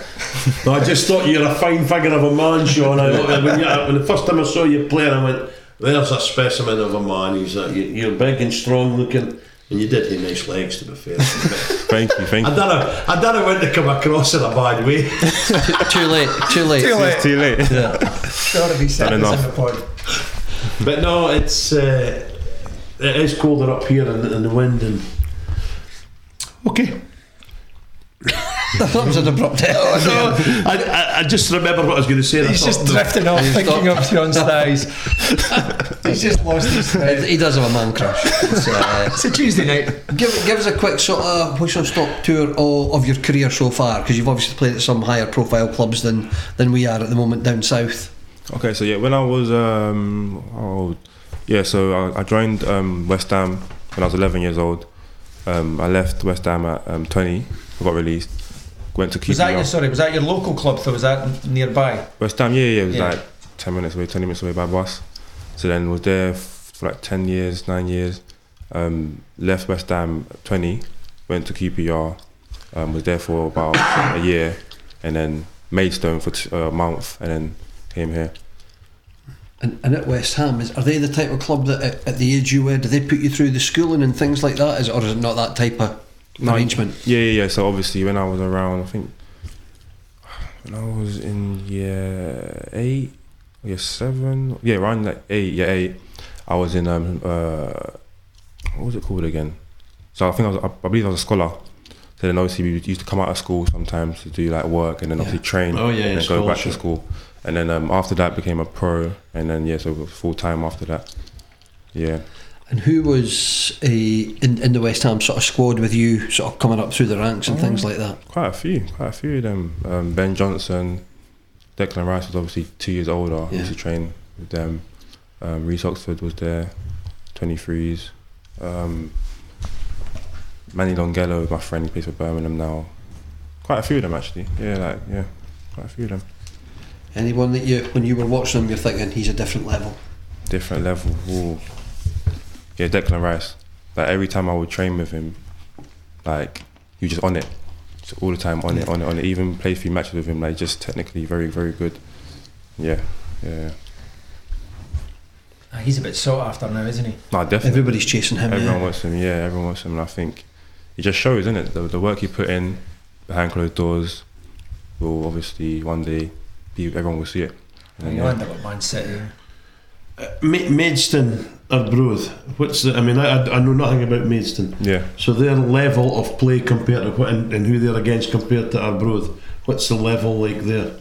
Speaker 3: No, I just thought you were a fine figure of a man, Sean. I, when, you, when the first time I saw you playing, I went, "There's a specimen of a man. He's a, you, you're big and strong looking." And you did have nice legs, to be fair.
Speaker 4: Thank you, thank
Speaker 3: I
Speaker 4: you.
Speaker 3: don't know. I don't know when to come across in a bad way.
Speaker 1: too late, too late.
Speaker 2: Too late.
Speaker 4: It's too late.
Speaker 2: Gotta be said
Speaker 4: Done
Speaker 2: this in the
Speaker 4: enough.
Speaker 2: pod.
Speaker 3: But no, it's uh, it is colder up here in, in the wind and. Okay.
Speaker 1: that was an abrupt end.
Speaker 3: No, I, I, I just remember what I was going to say. and I
Speaker 2: He's just
Speaker 3: thought, no.
Speaker 2: drifting off,
Speaker 1: He's
Speaker 2: thinking
Speaker 1: not-
Speaker 2: of Sean's thighs. He's just lost his head.
Speaker 1: He does have a man crush. It's, uh,
Speaker 2: It's a Tuesday night.
Speaker 1: Give, give us a quick sort of whistle stop tour of, of your career so far, because you've obviously played at some higher profile clubs than, than we are at the moment down south.
Speaker 4: Okay, so yeah, when I was um, how old? Yeah, so I, I joined um, West Ham when I was 11 years old. Um, I left West Ham at um, 20. I got released. Went to
Speaker 2: Was that your
Speaker 4: QPR.
Speaker 2: sorry? Was that your local club? Though was that nearby?
Speaker 4: West Ham, yeah, yeah, it was
Speaker 2: Yeah.
Speaker 4: like 10 minutes away, 20 minutes away by bus. So then was there f- for like 10 years, nine years. Um, left West Ham at 20, went to QPR, um, was there for about a uh, year, and then Maidstone for t- a month, and then came here.
Speaker 1: and, and at West Ham, is, are they the type of club that at, at the age you were, do they put you through the schooling and things like that? Is it, or is it not that type of
Speaker 4: No,
Speaker 1: arrangement?
Speaker 4: Yeah, yeah, yeah. So obviously, when I was around, I think when I was in year eight, year seven, yeah, around like eight, year eight, I was in um uh, what was it called again? So I think I was, I believe I was a scholar. So then obviously we used to come out of school sometimes to do like work and then obviously train.
Speaker 3: Oh, yeah,
Speaker 4: and then go back to
Speaker 3: scholarship.
Speaker 4: school. And then um, after that became a pro, and then yeah, so full time after that. Yeah.
Speaker 1: And who was uh, in, in the West Ham sort of squad with you, sort of coming up through the ranks and things like that?
Speaker 4: Quite a few, quite a few of them. Um, ben Johnson, Declan Rice was obviously two years older. I used to train with them. Um, Reese Oxford was there, 23s. Um, Manny Longello, my friend, he plays for Birmingham now. Quite a few of them actually. Yeah, like yeah, quite a few of them.
Speaker 1: Anyone that you, when you were watching him, you're thinking he's a different level?
Speaker 4: Different level. Ooh. Yeah, Declan Rice. Like every time I would train with him, like you just on it, just all the time on it, on it, on it. Even play a few matches with him, like just technically very, very good. Yeah, yeah.
Speaker 5: Ah, he's a bit sought after now, isn't he?
Speaker 4: No, definitely.
Speaker 1: Everybody's chasing him.
Speaker 4: Everyone
Speaker 1: yeah.
Speaker 4: wants him. Yeah, everyone wants him. And I think it just shows, isn't it? The, the work he put in behind closed doors will obviously one day be everyone will see it. And,
Speaker 5: He'll
Speaker 4: yeah.
Speaker 5: end up at Man City.
Speaker 3: Ma- Maidstone or Broad? What's the? I mean, I, I- I know nothing about Maidstone.
Speaker 4: yeah.
Speaker 3: So their level of play compared to what and, and who they're against compared to Arbroath, what's the level like there?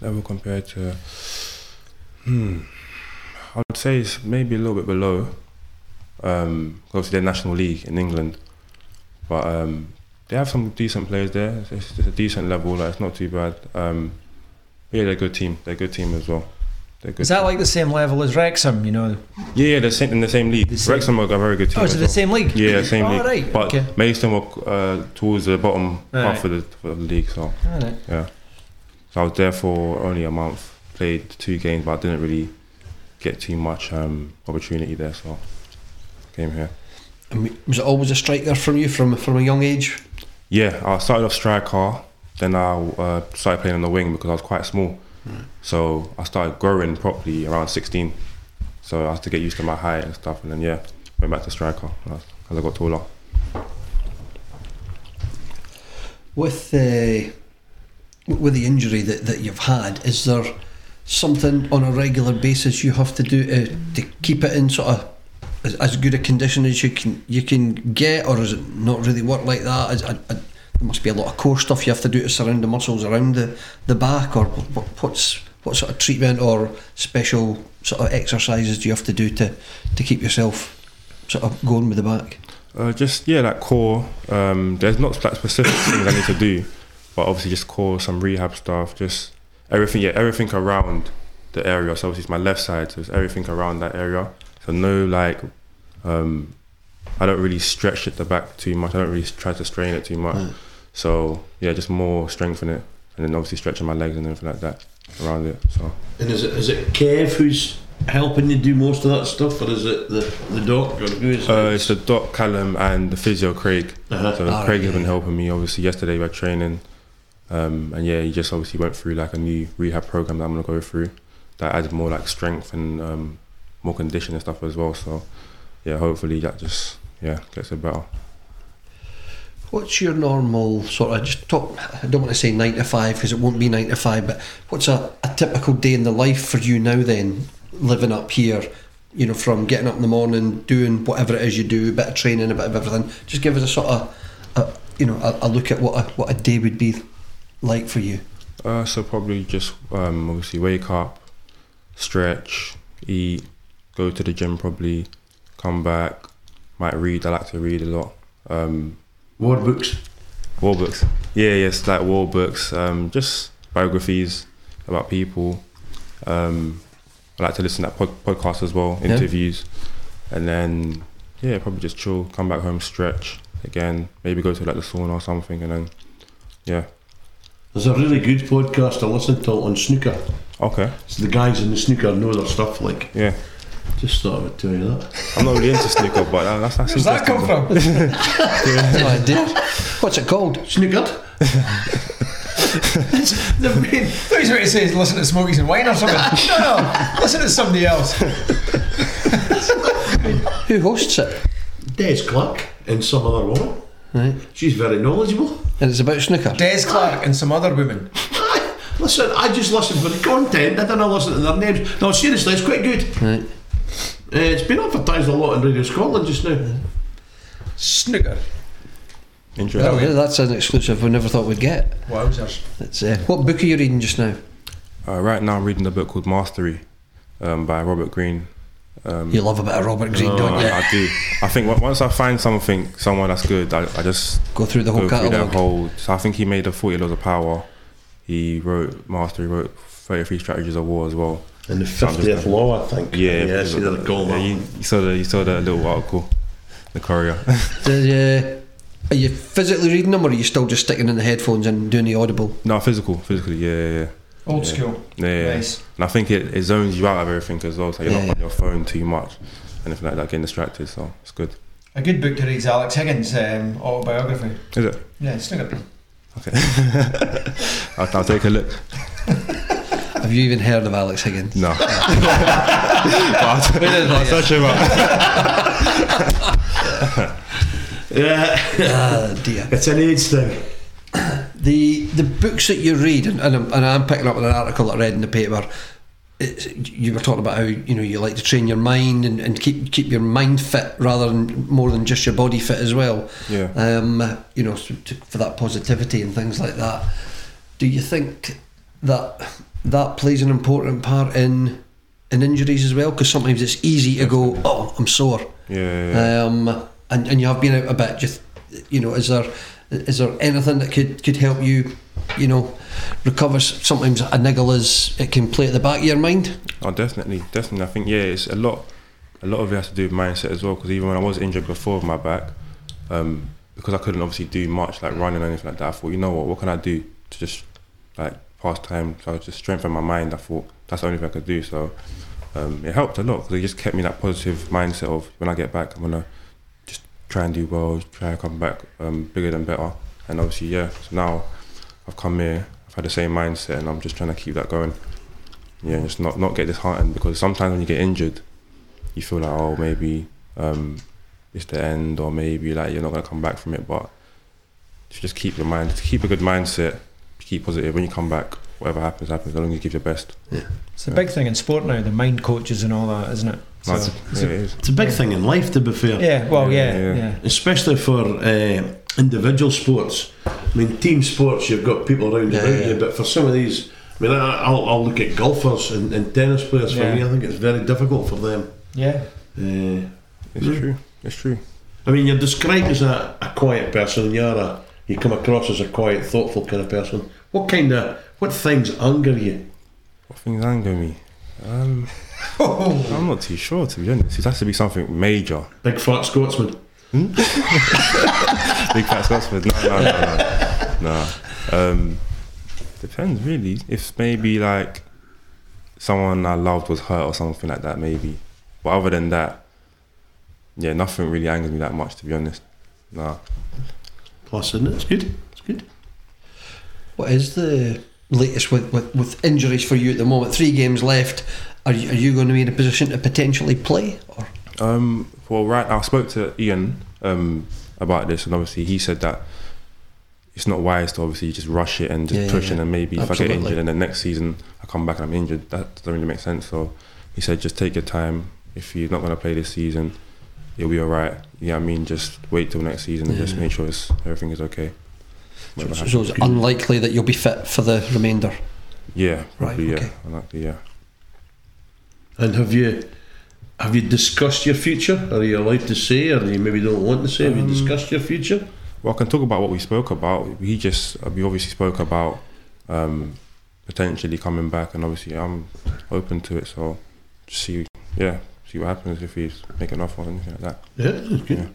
Speaker 4: level compared to hmm I would say it's maybe a little bit below um obviously their national league in England but um they have some decent players there it's, it's, it's a decent level like it's not too bad um but yeah they're a good team they're a good team as well they're a good
Speaker 5: Is that
Speaker 4: team.
Speaker 5: like the same level as Wrexham? You know?
Speaker 4: yeah yeah they're same, in the same league
Speaker 5: The same-
Speaker 4: Wrexham are a very good team
Speaker 5: Oh, is
Speaker 4: as
Speaker 5: it
Speaker 4: well.
Speaker 5: the same league?
Speaker 4: yeah same
Speaker 5: All
Speaker 4: league
Speaker 5: right,
Speaker 4: but
Speaker 5: okay.
Speaker 4: Maidstone were uh, towards the bottom half
Speaker 5: Alright.
Speaker 4: of the, of the league so
Speaker 5: All right.
Speaker 4: yeah. So I was there for only a month, played two games, but I didn't really get too much um, opportunity there. So came here.
Speaker 1: And was it always a striker from you from from a young age?
Speaker 4: Yeah, I started off striker, then I uh, started playing on the wing because I was quite small. So I started growing properly around 16. So I had to get used to my height and stuff, and then yeah, went back to striker as as I got taller.
Speaker 1: With the with the injury that, that you've had, is there something on a regular basis you have to do to, to keep it in sort of as, as good a condition as you can you can get, or is it not really work like that? Is, I, I, there must be a lot of core stuff you have to do to surround the muscles around the, the back, or what, what's what sort of treatment or special sort of exercises do you have to do to, to keep yourself sort of going with the back?
Speaker 4: Uh, just yeah, like core. Um, there's not like specific things I need to do, but obviously just core, some rehab stuff, just everything. Yeah, everything around the area. So obviously it's my left side, so it's everything around that area. So no like, um, I don't really stretch at the back too much. I don't really try to strain it too much. So yeah, just more strength in it, and then obviously stretching my legs and everything like that around it. So
Speaker 3: And is it is it Kev who's helping you do most of that stuff, or is it the the doc or who is
Speaker 4: uh, it's the doc Callum and the physio Craig.
Speaker 3: Uh-huh.
Speaker 4: So
Speaker 1: Alright,
Speaker 4: Craig has
Speaker 1: Oh, yeah,
Speaker 4: been helping me obviously yesterday by training, um, and yeah, he just obviously went through like a new rehab program that I'm gonna go through that adds more like strength and um, more condition and stuff as well. So yeah, hopefully that just yeah gets it better.
Speaker 1: What's your normal sort of just talk? I don't want to say nine to five because it won't be nine to five, but what's a, a typical day in the life for you now? Then living up here, you know, from getting up in the morning, doing whatever it is you do, a bit of training, a bit of everything. Just give us a sort of, a, you know, a, a look at what a, what a day would be like for you.
Speaker 4: Uh, so probably just um, obviously wake up, stretch, eat, go to the gym probably, come back, might read. I like to read a lot. Um,
Speaker 3: War books.
Speaker 4: War books. Yeah, yes, like war books. Um, just biographies about people. Um, I like to listen to that pod- podcast as well,
Speaker 1: Yeah.
Speaker 4: interviews, and then yeah, probably just chill, come back home, stretch again, maybe go to like the sauna or something, and then yeah,
Speaker 3: There's a really good podcast I listen to on snooker.
Speaker 4: okay,
Speaker 3: It's the guys in the snooker know their stuff. Like
Speaker 4: yeah.
Speaker 3: just thought I would tell you that.
Speaker 4: I'm not really into snooker, but that- that's that's
Speaker 2: Where's that
Speaker 4: interesting.
Speaker 2: come from?
Speaker 1: No idea. What's it called?
Speaker 3: Snooker.
Speaker 2: The main, thought he's going to say is listen to Smokies and Wine or something. no, no, listen to somebody else.
Speaker 1: Who hosts it?
Speaker 3: Des Clark and some other woman.
Speaker 1: Right.
Speaker 3: She's very knowledgeable.
Speaker 1: And it's about snooker.
Speaker 2: Des Clark and some other women.
Speaker 3: Aye, Listen, I just listen for the content. I don't listen to their names. No, seriously, it's quite good.
Speaker 1: Right.
Speaker 3: Uh, it's been advertised a lot on Radio Scotland just now.
Speaker 2: Snooker.
Speaker 1: Oh,
Speaker 4: Interesting.
Speaker 1: yeah, that's an exclusive we never thought we'd get.
Speaker 2: Wowzers.
Speaker 1: It's, uh, what book are you reading just now?
Speaker 4: Uh, right now, I'm reading a book called Mastery um, by Robert Greene. Uh,
Speaker 1: You love a bit of Robert Greene, don't you?
Speaker 4: Um, I, I do. I think on- once I find something, someone that's good, I, I just
Speaker 1: Go through the whole
Speaker 4: go through that
Speaker 1: catalogue.
Speaker 4: whole. So I think he made the 40 Laws of Power. He wrote Mastery, wrote 33 Strategies of War as well.
Speaker 3: And the
Speaker 4: Sounds good.
Speaker 3: 50th Law, I think.
Speaker 4: Yeah,
Speaker 3: Yeah, I see that goal.
Speaker 4: Yeah, you, you saw the you saw the little article, the courier.
Speaker 1: Did, uh, are you physically reading them or are you still just sticking in the headphones and doing the audible?
Speaker 4: no, physical, physically, yeah, yeah,
Speaker 2: Old school.
Speaker 4: yeah. yeah. yeah.
Speaker 2: Nice.
Speaker 4: And I think it, it zones you out of everything as well. So you're
Speaker 1: Yeah,
Speaker 4: not
Speaker 1: yeah.
Speaker 4: on your phone too much, anything like that, getting distracted. So it's good.
Speaker 2: A good book to read is Alex Higgins' um, autobiography.
Speaker 4: Is it?
Speaker 2: Yeah, Snooker.
Speaker 4: I'll, I'll take a look.
Speaker 1: Have you even heard of Alex Higgins?
Speaker 4: No. but I'll, I'll search him up.
Speaker 3: Yeah,
Speaker 1: Ah, dear.
Speaker 3: it's an age thing.
Speaker 1: The the books that you read, and, and, I'm, and I'm picking up on an article that I read in the paper. It's, you were talking about how you know you like to train your mind and, and keep keep your mind fit rather than more than just your body fit as well.
Speaker 4: Yeah.
Speaker 1: Um, you know, so to, for that positivity and things like that. Do you think that that plays an important part in in injuries as well? Because sometimes it's easy to go, oh, I'm sore.
Speaker 4: Yeah, yeah, yeah.
Speaker 1: Um, and, and you have been out a bit. Just you know, is there is there anything that could, could help you, you know, recover? S- Sometimes a niggle is it can play at the back of your mind.
Speaker 4: Oh, definitely, definitely. I think yeah, it's a lot. A lot of it has to do with mindset as well. Because even when I was injured before with my back, um, because I couldn't obviously do much like running or anything like that, I thought, you know what, what can I do to just like pass time? So I just strengthened my mind. I thought that's the only thing I could do. So um, it helped a lot because it just kept me in that positive mindset of when I get back, I'm gonna just try and do well, try and come back um, bigger than better. And obviously, yeah. So now I've come here, I've had the same mindset, and I'm just trying to keep that going. Yeah, and just not not get disheartened because sometimes when you get injured, you feel like oh maybe um, it's the end or maybe like you're not gonna come back from it. But if you just keep your mind, just keep a good mindset, keep positive. When you come back, whatever happens, happens. As long as you give your best.
Speaker 5: It's the big thing in sport now, the mind coaches and all that, isn't it? So,
Speaker 4: That's- yeah, it is.
Speaker 3: It's a big thing in life, to be fair.
Speaker 5: yeah, well, yeah,
Speaker 4: Yeah,
Speaker 5: yeah.
Speaker 4: yeah.
Speaker 3: especially for uh, individual sports. I mean, team sports, you've got people around
Speaker 1: Yeah,
Speaker 3: about
Speaker 1: yeah.
Speaker 3: you, but for some of these, I mean, I, I'll, I'll look at golfers and, and tennis players for
Speaker 5: Yeah.
Speaker 3: me, I think it's very difficult for them.
Speaker 5: Yeah.
Speaker 3: Uh,
Speaker 4: It's
Speaker 3: Mm.
Speaker 4: true. It's true.
Speaker 3: I mean, you're described as a, a quiet person, you're a, you come across as a quiet, thoughtful kind of person. What kind of, what things anger you?
Speaker 4: What things anger me? Um,
Speaker 2: Oh,
Speaker 4: I'm not too sure to be honest. It has to be something major.
Speaker 3: Big fat Scotsman.
Speaker 4: Big fat Scotsman. No, no, no, no. no. Um, depends really. If maybe like someone I loved was hurt or something like that, maybe. But other than that, yeah, nothing really angers me that much to be honest. Nah.
Speaker 3: Plus, isn't it? It's good. It's good.
Speaker 1: What is the latest with, with, with injuries for you at the moment? Three games left. Are you, are you going to be in a position to potentially play? Or
Speaker 4: Um, well, right. I spoke to Ian um, about this, and obviously he said that it's not wise to obviously just rush it and just
Speaker 1: Yeah, yeah,
Speaker 4: push it,
Speaker 1: yeah.
Speaker 4: and maybe if I get
Speaker 1: Absolutely.
Speaker 4: injured and then next season I come back and I'm injured, that doesn't really make sense. So he said just take your time. If you're not going to play this season, you'll be all right. Yeah, I mean, just wait till next season and just
Speaker 1: Yeah.
Speaker 4: make sure it's, everything is okay.
Speaker 1: so,
Speaker 4: Whatever
Speaker 1: so-
Speaker 4: happens.
Speaker 1: so it's unlikely that you'll be fit for the remainder.
Speaker 4: yeah, probably yeah,
Speaker 1: okay.
Speaker 4: unlikely, yeah.
Speaker 3: And have you, have you discussed your future? Are you allowed to say, or you maybe don't want to say? Have you discussed your future?
Speaker 4: Well, I can talk about what we spoke about. He just we obviously spoke about um, potentially coming back, and obviously I'm open to it. So just see, yeah, see what happens if he's making an offer or anything like that.
Speaker 3: Yeah, it's good.
Speaker 4: Yeah.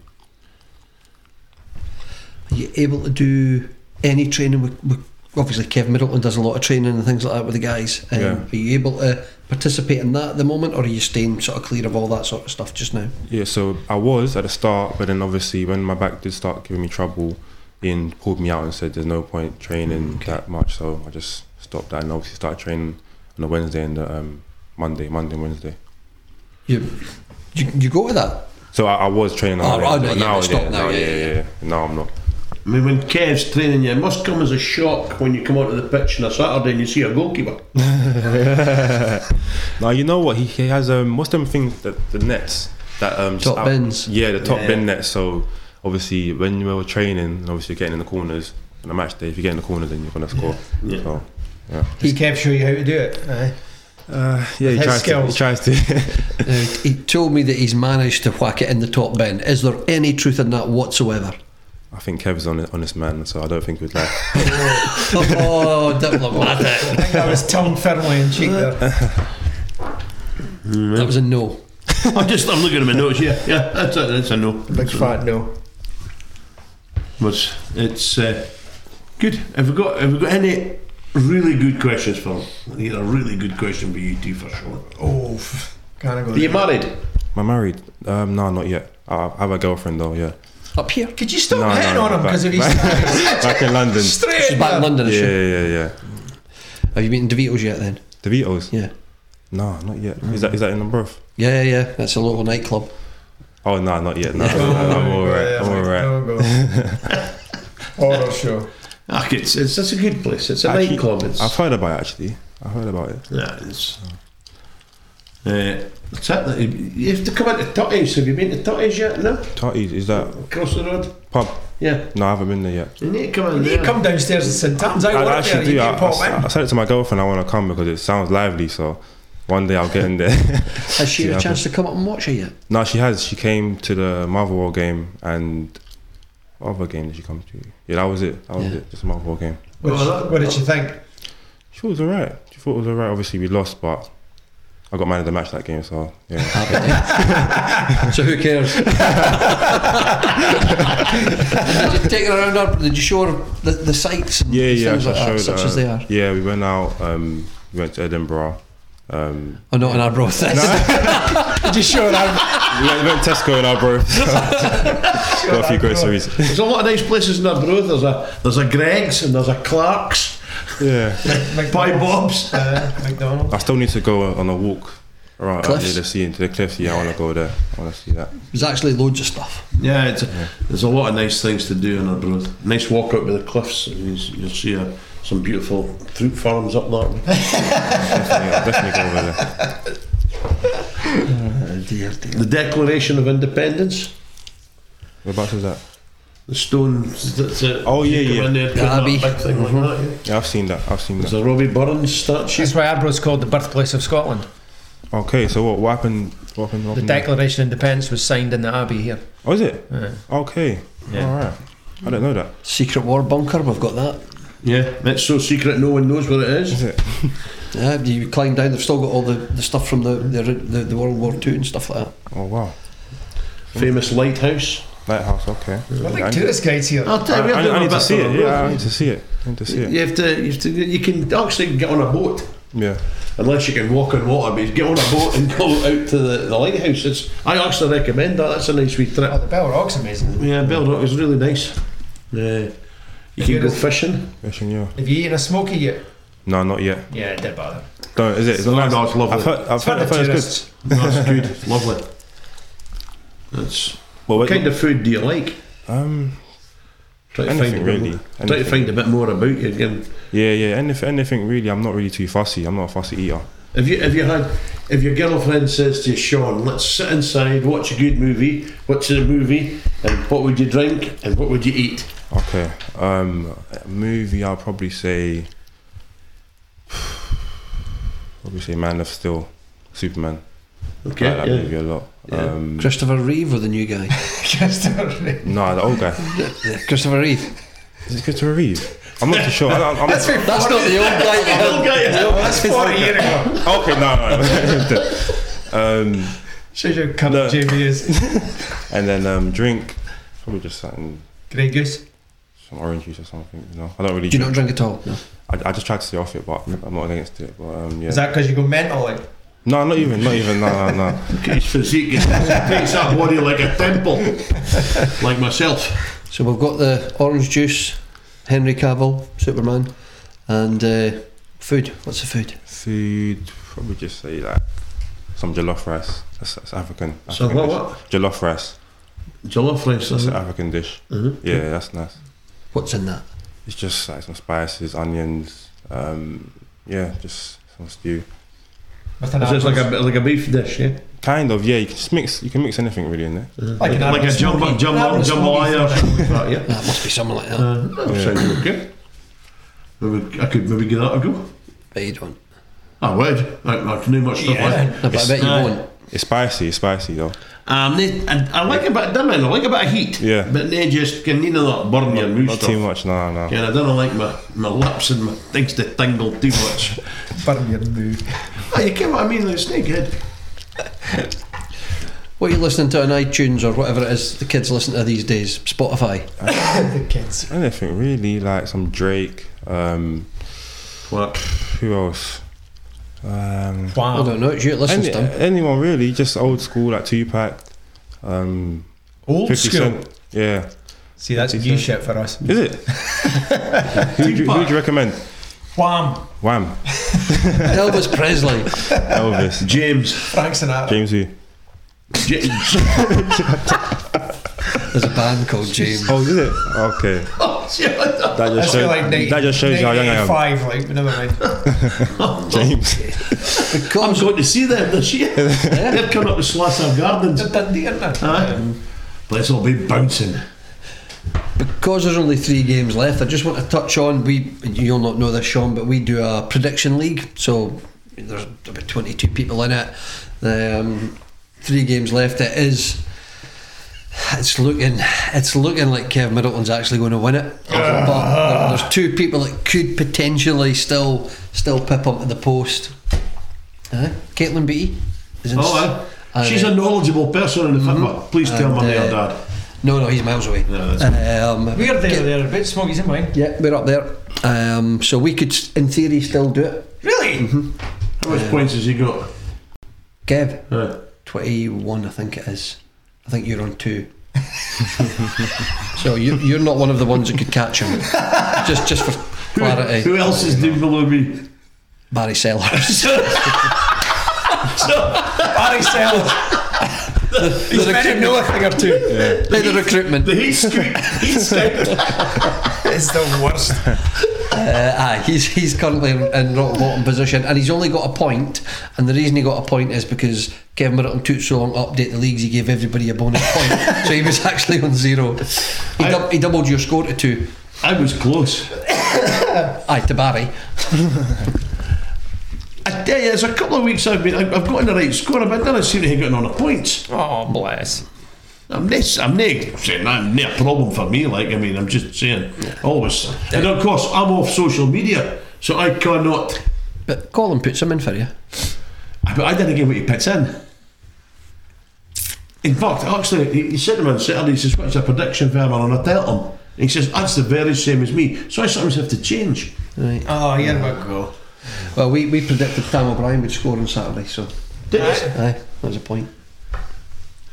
Speaker 1: Are you able to do any training with, with obviously Kev Middleton does a lot of training and things like that with the guys. Um,
Speaker 4: Yeah.
Speaker 1: Are you able to participate in that at the moment, or are you staying sort of clear of all that sort of stuff just now?
Speaker 4: Yeah, so I was at the start, but then obviously when my back did start giving me trouble, Ian pulled me out and said, "There's no point training that much," so I just stopped that and obviously started training on the Wednesday and the um, Monday, Monday and Wednesday.
Speaker 1: You, you, you go to that?
Speaker 4: So I, I was training.
Speaker 1: Oh,
Speaker 4: on
Speaker 1: right,
Speaker 4: Wednesday,
Speaker 1: yeah,
Speaker 4: but now,
Speaker 1: you stopped
Speaker 4: yeah,
Speaker 1: now,
Speaker 4: now,
Speaker 1: yeah,
Speaker 4: yeah,
Speaker 1: yeah,
Speaker 4: yeah, yeah. Now I'm not.
Speaker 3: I mean, when Kev's training you, it must come as a shock when you come onto the pitch on a Saturday and you see a goalkeeper.
Speaker 4: Now you know what he, he has. Um, what's them things that the nets that um just
Speaker 1: Top bins.
Speaker 4: Yeah, the top
Speaker 3: Yeah.
Speaker 4: bin nets. So obviously when you were training, and obviously getting in the corners on a match day, if you get in the corner, then you're gonna score.
Speaker 3: Yeah.
Speaker 4: So
Speaker 2: Does Kev show you how to do it? Aye.
Speaker 4: uh, yeah, he
Speaker 2: His
Speaker 4: tries, to, he
Speaker 2: skills.
Speaker 4: tries to.
Speaker 1: Now, Uh, he told me that he's managed to whack it in the top bin. Is there any truth in that whatsoever?
Speaker 4: I think Kev's an honest man, so I don't think he would like.
Speaker 1: oh, diplomatic.
Speaker 2: I think I was tongue firmly in cheek there.
Speaker 1: That was a no.
Speaker 3: I'm just, I'm looking at my notes. Yeah, yeah, that's a, that's a no.
Speaker 2: Big fat no.
Speaker 3: But it's uh, good. Have we got, have we got any really good questions for him? I need a really good question for you two for sure.
Speaker 2: Oh, kind of go.
Speaker 3: Are you married?
Speaker 4: Am I married? Um, no, not yet. I I have a girlfriend though. Yeah,
Speaker 1: Up here.
Speaker 2: Could you stop
Speaker 4: No,
Speaker 2: hitting
Speaker 4: no,
Speaker 2: on him
Speaker 4: back-
Speaker 2: because of his
Speaker 4: back in London.
Speaker 2: straight
Speaker 1: She's
Speaker 2: in
Speaker 1: back
Speaker 2: there.
Speaker 1: in London,
Speaker 4: Yeah,
Speaker 1: is she?
Speaker 4: yeah, yeah, yeah.
Speaker 1: Have you been to DeVito's yet then?
Speaker 4: The Beatles?
Speaker 1: Yeah.
Speaker 4: No, not yet. Is that is that in the birth?
Speaker 1: Yeah, yeah, yeah. That's a local nightclub.
Speaker 4: Oh no, not yet. No,
Speaker 2: Oh,
Speaker 4: I'm all right.
Speaker 2: yeah,
Speaker 4: I'm all right.
Speaker 2: don't go. Oh, Horror show.
Speaker 3: Ach, it's, it's, it's a good place. It's a
Speaker 4: Actually,
Speaker 3: nightclub. It's,
Speaker 4: I've heard about it actually. I've heard about it.
Speaker 3: yeah, it's, uh, that's it. You have to come into Tutties. Have you been to Tutties yet? No?
Speaker 4: Totties, is that
Speaker 3: Across the road?
Speaker 4: pub?
Speaker 3: Yeah.
Speaker 4: No, I haven't been there yet.
Speaker 3: You need to come in
Speaker 2: You
Speaker 3: there.
Speaker 2: come downstairs and St. Tom's. I,
Speaker 4: I,
Speaker 2: work
Speaker 4: actually
Speaker 2: there.
Speaker 4: do.
Speaker 2: You
Speaker 4: I,
Speaker 2: can pop
Speaker 4: I,
Speaker 2: in.
Speaker 4: I said it to my girlfriend. I want to come because it sounds lively. So one day I'll get in there.
Speaker 1: Has she
Speaker 4: Yeah,
Speaker 1: had a
Speaker 4: I've
Speaker 1: chance to come up and watch her yet?
Speaker 4: no, she has. She came to the Marvel game and what other game did she come to? Yeah, that was it. That was
Speaker 1: Yeah.
Speaker 4: it. Just a Marvel game.
Speaker 2: What, did you- what did you think?
Speaker 4: She was alright. She thought it was alright. Obviously we lost, but I got man of the match that game. So yeah,
Speaker 1: so who cares? did you take her around? Or did you show her the, the sights? And
Speaker 4: yeah, yeah. I
Speaker 1: Things like that,
Speaker 4: showed
Speaker 1: such
Speaker 4: her-
Speaker 1: as they are.
Speaker 4: Yeah, we went out. Um, we went to Edinburgh. Um,
Speaker 1: Oh, not in our broth.
Speaker 2: Did you show that?
Speaker 4: we went, we went to Tesco and our bro. got a few groceries.
Speaker 3: There's a lot of nice places in Arbroath. There's a there's a Greg's and there's a Clark's,
Speaker 4: yeah.
Speaker 3: Pie Bob's.
Speaker 2: Uh, McDonald's.
Speaker 4: I still need to go on a walk around out near
Speaker 1: Cliffs?
Speaker 4: the sea into the cliffs. Yeah, I want to go there. I want to see that.
Speaker 1: There's actually loads of stuff.
Speaker 3: Yeah, it's, there's a lot of nice things to do in Arbroath. Nice walk out by the cliffs. and you s- You'll see uh, some beautiful fruit farms up there.
Speaker 4: Definitely, I'll definitely go over there.
Speaker 3: The Declaration of Independence.
Speaker 4: Whereabouts is that?
Speaker 3: The stones. That's it.
Speaker 4: Oh, yeah,
Speaker 3: You come
Speaker 4: yeah. Mm-hmm.
Speaker 1: The
Speaker 3: in there, put that
Speaker 1: Abbey.
Speaker 3: Big thing like that. yeah.
Speaker 4: Yeah, I've seen that. I've seen
Speaker 3: There's
Speaker 4: that.
Speaker 3: a Robbie Burns statue.
Speaker 2: That's why Arbroath's called the birthplace of Scotland.
Speaker 4: Okay, so what, what happened? What happened? What
Speaker 2: The
Speaker 4: happened
Speaker 2: Declaration of Independence was signed in the Abbey here.
Speaker 4: there? Oh, is it?
Speaker 2: Uh,
Speaker 4: Okay.
Speaker 2: Yeah.
Speaker 4: All right. I don't know that.
Speaker 1: Secret war bunker, we've got that.
Speaker 3: Yeah, it's so secret no one knows where it
Speaker 4: Is
Speaker 3: is.
Speaker 4: it?
Speaker 1: Yeah, you climb down, they've still got all the, the stuff from the, the, the, the World War Two and stuff like that.
Speaker 4: Oh wow. Mm-hmm.
Speaker 3: Famous lighthouse.
Speaker 4: Lighthouse. Okay.
Speaker 2: we're
Speaker 4: I,
Speaker 2: like tourist guides here.
Speaker 3: I'll
Speaker 4: I,
Speaker 3: tell you, we're
Speaker 4: I- I
Speaker 3: doing a
Speaker 4: need to
Speaker 3: bit
Speaker 4: see
Speaker 3: for
Speaker 4: it. Yeah, I
Speaker 3: Arbroath.
Speaker 4: need to see it. I need to see
Speaker 3: You
Speaker 4: it.
Speaker 3: have to, you have to, you can actually get on a boat.
Speaker 4: Yeah.
Speaker 3: unless you can walk on water, but you get on a boat and go out to the, the lighthouse. It's, I actually recommend that. That's a nice wee
Speaker 2: Oh,
Speaker 3: trip.
Speaker 2: the Bell Rock's amazing.
Speaker 3: Yeah, Bell Rock is really nice. Yeah, you can go fishing.
Speaker 4: Fishing. Yeah.
Speaker 2: Have you eaten a smoky yet?
Speaker 4: No, not yet.
Speaker 2: Yeah, it did bother.
Speaker 4: No, is it? It's
Speaker 3: No,
Speaker 4: nice.
Speaker 3: no, it's lovely.
Speaker 4: I've heard. I've
Speaker 2: It's for
Speaker 4: heard,
Speaker 2: the
Speaker 4: I've heard it's
Speaker 2: tourists.
Speaker 4: good.
Speaker 3: That's good. It's lovely. That's
Speaker 4: Well,
Speaker 3: what kind of food do you like?
Speaker 4: um,
Speaker 3: Try
Speaker 4: anything
Speaker 3: a bit
Speaker 4: really.
Speaker 3: more- Try to
Speaker 4: Anything.
Speaker 3: find a bit more about you again.
Speaker 4: Yeah, yeah. And if anything, really, I'm not really too fussy. I'm not a fussy eater.
Speaker 3: If you if you had if your girlfriend says to you, Sean, let's sit inside, watch a good movie, watch a movie, and what would you drink and what would you eat?
Speaker 4: Okay. Um, a movie, I'll probably say. Probably say Man of Steel, Superman.
Speaker 3: Okay,
Speaker 4: I like that
Speaker 3: yeah.
Speaker 4: movie a lot.
Speaker 3: Yeah.
Speaker 4: Um,
Speaker 1: Christopher Reeve or the new guy?
Speaker 2: Christopher.
Speaker 4: no, the old guy.
Speaker 1: Christopher Reeve.
Speaker 4: Is it Christopher Reeve? I'm not too sure. I, I'm, I'm
Speaker 2: That's
Speaker 4: okay,
Speaker 2: been
Speaker 1: That's not the old guy.
Speaker 2: That's 40 years ago.
Speaker 4: no, no. um,
Speaker 2: Shows you how cunt
Speaker 4: No.
Speaker 2: Jamie is.
Speaker 4: and then um, drink, probably just something,
Speaker 2: Grey Goose.
Speaker 4: some orange juice or something. You know, I don't really.
Speaker 1: Do you not drink at all? No.
Speaker 4: I, I just tried to stay off it, but I'm not against it. But um, yeah.
Speaker 2: Is that because you go mental? Like,
Speaker 4: no, not even, not even, no, no, no.
Speaker 3: His physique is- takes that body like a temple, like myself.
Speaker 1: So we've got the orange juice, Henry Cavill, Superman, and uh, food. What's the food?
Speaker 4: Food, probably just say like some jollof rice. That's, that's African.
Speaker 3: So what?
Speaker 4: African dish.
Speaker 3: what?
Speaker 4: Jollof rice.
Speaker 3: Jollof rice.
Speaker 4: That's
Speaker 3: That's
Speaker 4: an African dish.
Speaker 3: Mhm.
Speaker 4: Yeah, that's nice.
Speaker 1: What's in that?
Speaker 4: It's just like some spices, onions. Um, yeah, just some stew.
Speaker 2: With an
Speaker 3: So it's Uh-huh. like
Speaker 2: apple-
Speaker 3: a bit- like a beef dish, yeah.
Speaker 4: Kind of, yeah. You can just mix. You can mix anything really in there.
Speaker 2: like an
Speaker 3: like
Speaker 2: apple
Speaker 3: a jumbo,
Speaker 2: smoky- an
Speaker 3: jumbo,
Speaker 2: apple smoky
Speaker 3: jambalaya or
Speaker 2: thing.
Speaker 3: something like that. Yeah.
Speaker 1: That must be something like that.
Speaker 3: Uh, that sounds really good. Maybe I could maybe give that a go.
Speaker 1: but you don't.
Speaker 3: I would. I, I can do much stuff like that.
Speaker 1: No, but I bet you
Speaker 3: Aye.
Speaker 1: won't.
Speaker 4: It's spicy. It's spicy though.
Speaker 3: Um, they, and I like a bit of dimming, I like a bit of heat.
Speaker 4: Yeah.
Speaker 3: But they just can you know that burn your
Speaker 4: Not
Speaker 3: mouth
Speaker 4: too
Speaker 3: stuff.
Speaker 4: much. No, no.
Speaker 3: Yeah, and I don't like my, my lips and my things to tingle too much.
Speaker 2: Burn your moo.
Speaker 3: oh, you get what I mean? Like, it's not good.
Speaker 1: What are you listening to on iTunes or whatever it is the kids listen to these days? Spotify.
Speaker 2: the kids.
Speaker 4: Anything really. Like some Drake. Um,
Speaker 3: What?
Speaker 4: who else? Um,
Speaker 1: I
Speaker 2: Wow.
Speaker 1: don't know. It's you that listens
Speaker 4: any,
Speaker 1: to them.
Speaker 4: anyone really? Just old school like Tupac. Um,
Speaker 2: Old
Speaker 4: 50
Speaker 2: school.
Speaker 4: Cent. Yeah.
Speaker 2: See, that's new shit for us.
Speaker 4: Is it? who, do, you- who do you recommend?
Speaker 2: Wham.
Speaker 4: Wham.
Speaker 1: Elvis Presley.
Speaker 4: Elvis.
Speaker 3: James.
Speaker 2: Frank Sinatra.
Speaker 4: James who?
Speaker 3: J-
Speaker 1: There's a band called James.
Speaker 4: Oh, is it? Okay.
Speaker 3: oh, shit, what the-
Speaker 4: That just,
Speaker 2: That's
Speaker 4: shows,
Speaker 2: like 90,
Speaker 4: that just shows you how young I am.
Speaker 2: 95, like, never mind.
Speaker 4: James.
Speaker 3: I'm
Speaker 1: Because
Speaker 3: going to see them this year. They've come up to Slasher Gardens.
Speaker 2: They're Dundee, aren't they?
Speaker 3: Aye. Let's Um, all be bouncing.
Speaker 1: because there's only three games left, I just want to touch on. We you'll not know this, Sean, but we do a prediction league. So there's about 22 people in it. Um, three games left. It is. It's looking. It's looking like Kev Middleton's actually going to win it.
Speaker 3: Ah.
Speaker 1: But there- there's two people that could potentially still still pip up to the post. Uh, Caitlin Beattie is in.
Speaker 3: Oh, aye.
Speaker 1: and,
Speaker 3: She's
Speaker 1: uh,
Speaker 3: a knowledgeable person in the football. Please tell
Speaker 1: And,
Speaker 3: my mum and
Speaker 1: uh,
Speaker 3: dad.
Speaker 1: No, no, he's miles away.
Speaker 3: No,
Speaker 1: um,
Speaker 2: We're
Speaker 1: Ca-
Speaker 2: there, there, a bit smoky's in mine.
Speaker 1: Yeah, we're up there. Um, so we could, s- in theory, still do it.
Speaker 2: Really?
Speaker 3: Mm-hmm. How much points has he got?
Speaker 1: Kev,
Speaker 3: Uh,
Speaker 1: 21, I think it is. I think you're on two. so you, you're not one of the ones that could catch him. just, just for clarity,
Speaker 3: who else is doing below me?
Speaker 1: Barry Sellers.
Speaker 3: So,
Speaker 2: Barry Sellers. He's meant to know a thing or two.
Speaker 1: By the recruitment.
Speaker 3: the heat scoop, heat scoop.
Speaker 2: It's the worst.
Speaker 1: Uh, aye, he's he's currently in in rock bottom position, and he's only got a point. And the reason he got a point is because Kevin Middleton took so long to update the leagues, he gave everybody a bonus point, so he was actually on zero. He, dub- he doubled your score to two.
Speaker 3: I was close.
Speaker 1: Aye, to Barry.
Speaker 3: I tell you, there's a couple of weeks I've been, I've I've gotten the right score, but I don't seem to have gotten on the points.
Speaker 2: Oh, bless.
Speaker 3: I'm not, I'm not saying that's not a problem for me. Like, I mean, I'm just saying, always. And of course, I'm off social media, so I cannot.
Speaker 1: But Colin puts him in for you.
Speaker 3: But I didn't get what he puts in. In fact, actually, he, he said to me on Saturday, he says, What's a prediction for him? And I tell him, he says, That's the very same as me. So I sometimes have to change.
Speaker 1: Right.
Speaker 2: Oh, here we go.
Speaker 1: Well, we, we predicted Tam O'Brien would score on Saturday, so
Speaker 3: Did you-
Speaker 1: aye, that was a point.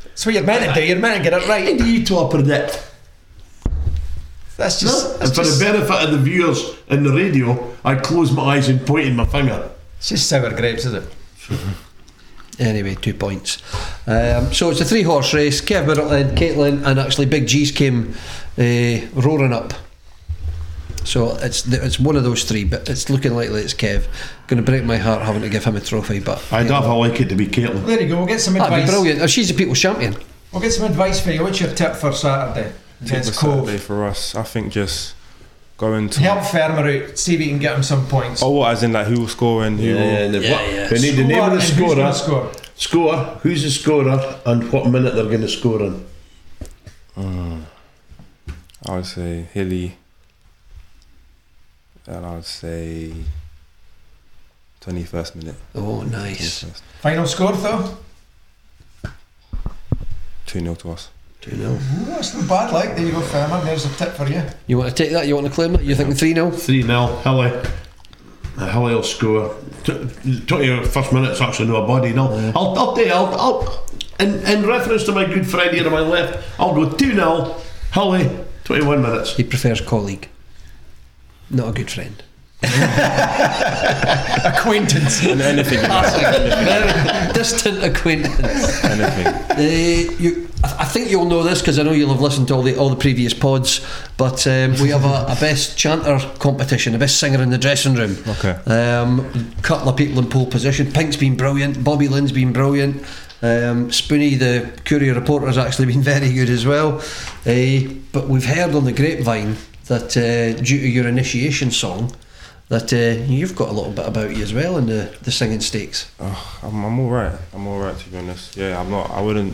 Speaker 2: That's what you're meant to do. You're meant to get it
Speaker 3: What
Speaker 2: right.
Speaker 3: do you two all predict?
Speaker 2: That's just.
Speaker 3: No?
Speaker 2: That's
Speaker 3: And for
Speaker 2: just,
Speaker 3: the benefit of the viewers and the radio, I close my eyes and point in my finger.
Speaker 2: it's just sour grapes, is it?
Speaker 1: Anyway, two points. Um, so it's a three horse race. Kev Middleton, Caitlin, and actually Big G's came uh, roaring up. So it's th- it's one of those three, but it's looking likely it's Kev. Going to break my heart having to give him a trophy, but
Speaker 3: I'd have a like it to be Caitlin.
Speaker 2: There you go. We'll get some
Speaker 1: that'd be
Speaker 2: advice.
Speaker 1: brilliant. Oh, she's the people's champion.
Speaker 2: We'll get some advice for you. What's your tip for Saturday? Against
Speaker 4: Super
Speaker 2: Cove.
Speaker 4: Saturday for us. I think just going to.
Speaker 2: Help Fermer out. See if you can get him some points.
Speaker 4: Oh, what, as in like who will score and who will.
Speaker 3: and
Speaker 1: Yeah, yeah.
Speaker 3: They need the name of the
Speaker 2: and who's gonna
Speaker 3: scorer.
Speaker 2: Score.
Speaker 3: Score, who's the scorer, and what minute they're going to score in.
Speaker 4: I would say Hilly. And I would say 21st minute.
Speaker 1: Oh, nice.
Speaker 4: 21st.
Speaker 2: Final score though.
Speaker 4: 2 0 to us.
Speaker 1: Do you know?
Speaker 2: Ooh, that's not bad. Like there you go, Fermer. There's a tip for you.
Speaker 1: You want to take that? You want to claim that? You're thinking 3 0?
Speaker 3: 3 0, Hilly. Uh, Hilly will score. T- 21st minute's actually no a body, no. I'll, I'll tell you, I'll, I'll, in, in reference to my good friend here to my left, I'll go 2 0, Hilly, 21 minutes.
Speaker 1: He prefers colleague, not a good friend.
Speaker 2: Acquaintance.
Speaker 4: anything,
Speaker 1: Distant acquaintance.
Speaker 4: anything.
Speaker 1: Uh, you, I I think you'll know this because I know you'll have listened to all the all the previous pods. But um, we have a, a best chanter competition, the best singer in the dressing room.
Speaker 4: Okay.
Speaker 1: Um, couple of people in pole position. Pink's been brilliant. Bobby Lynn's been brilliant. Um, Spoonie, the courier reporter, has actually been very good as well. Uh, but we've heard on the grapevine that uh, due to your initiation song, that uh, you've got a little bit about you as well in the, the singing stakes.
Speaker 4: Oh, I'm, I'm all right. I'm all right to be honest. Yeah, I'm not. I wouldn't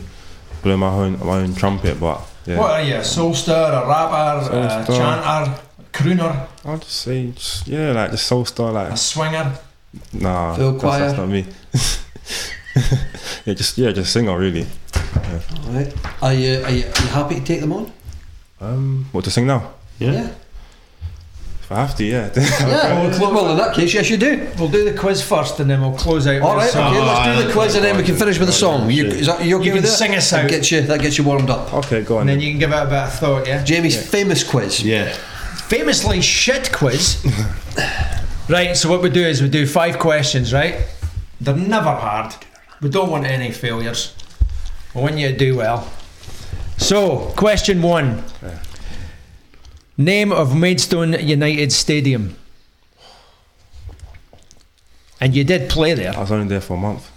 Speaker 4: blow my own my own trumpet, but yeah.
Speaker 2: What are you? a Soulstar, a rapper, a
Speaker 4: Soulstar.
Speaker 2: chanter, crooner,
Speaker 4: I'll just say, just, yeah, like the soul star, like
Speaker 2: a swinger?
Speaker 4: nah,
Speaker 1: Phil
Speaker 4: that's, that's
Speaker 1: Choir.
Speaker 4: not me. yeah, just yeah, just singer really.
Speaker 1: All right. Are you, are you, are you happy to take them on?
Speaker 4: Um, what to sing now?
Speaker 1: Yeah.
Speaker 4: If I have to, yeah.
Speaker 1: Yeah. Well, well, in that case, yes, you do.
Speaker 2: We'll do the quiz first and then we'll close out
Speaker 1: All
Speaker 2: with
Speaker 1: right.
Speaker 2: a song.
Speaker 1: Okay. Let's do the
Speaker 3: Ah,
Speaker 1: quiz and then we can finish with the song. You, is that, you okay
Speaker 2: You
Speaker 1: with
Speaker 2: can
Speaker 1: that?
Speaker 2: sing us
Speaker 1: That
Speaker 2: out.
Speaker 1: gets you. That gets you warmed up.
Speaker 4: okay, go on.
Speaker 2: And
Speaker 4: Then
Speaker 2: then you can give it a bit of thought, yeah?
Speaker 1: Jamie's famous quiz.
Speaker 3: Yeah.
Speaker 2: Famously shit quiz. right, so what we do is we do five questions, right? They're never hard. We don't want any failures. We want you to do well. So, question one. Name of Maidstone United Stadium. And you did play there.
Speaker 4: I was only there for a month.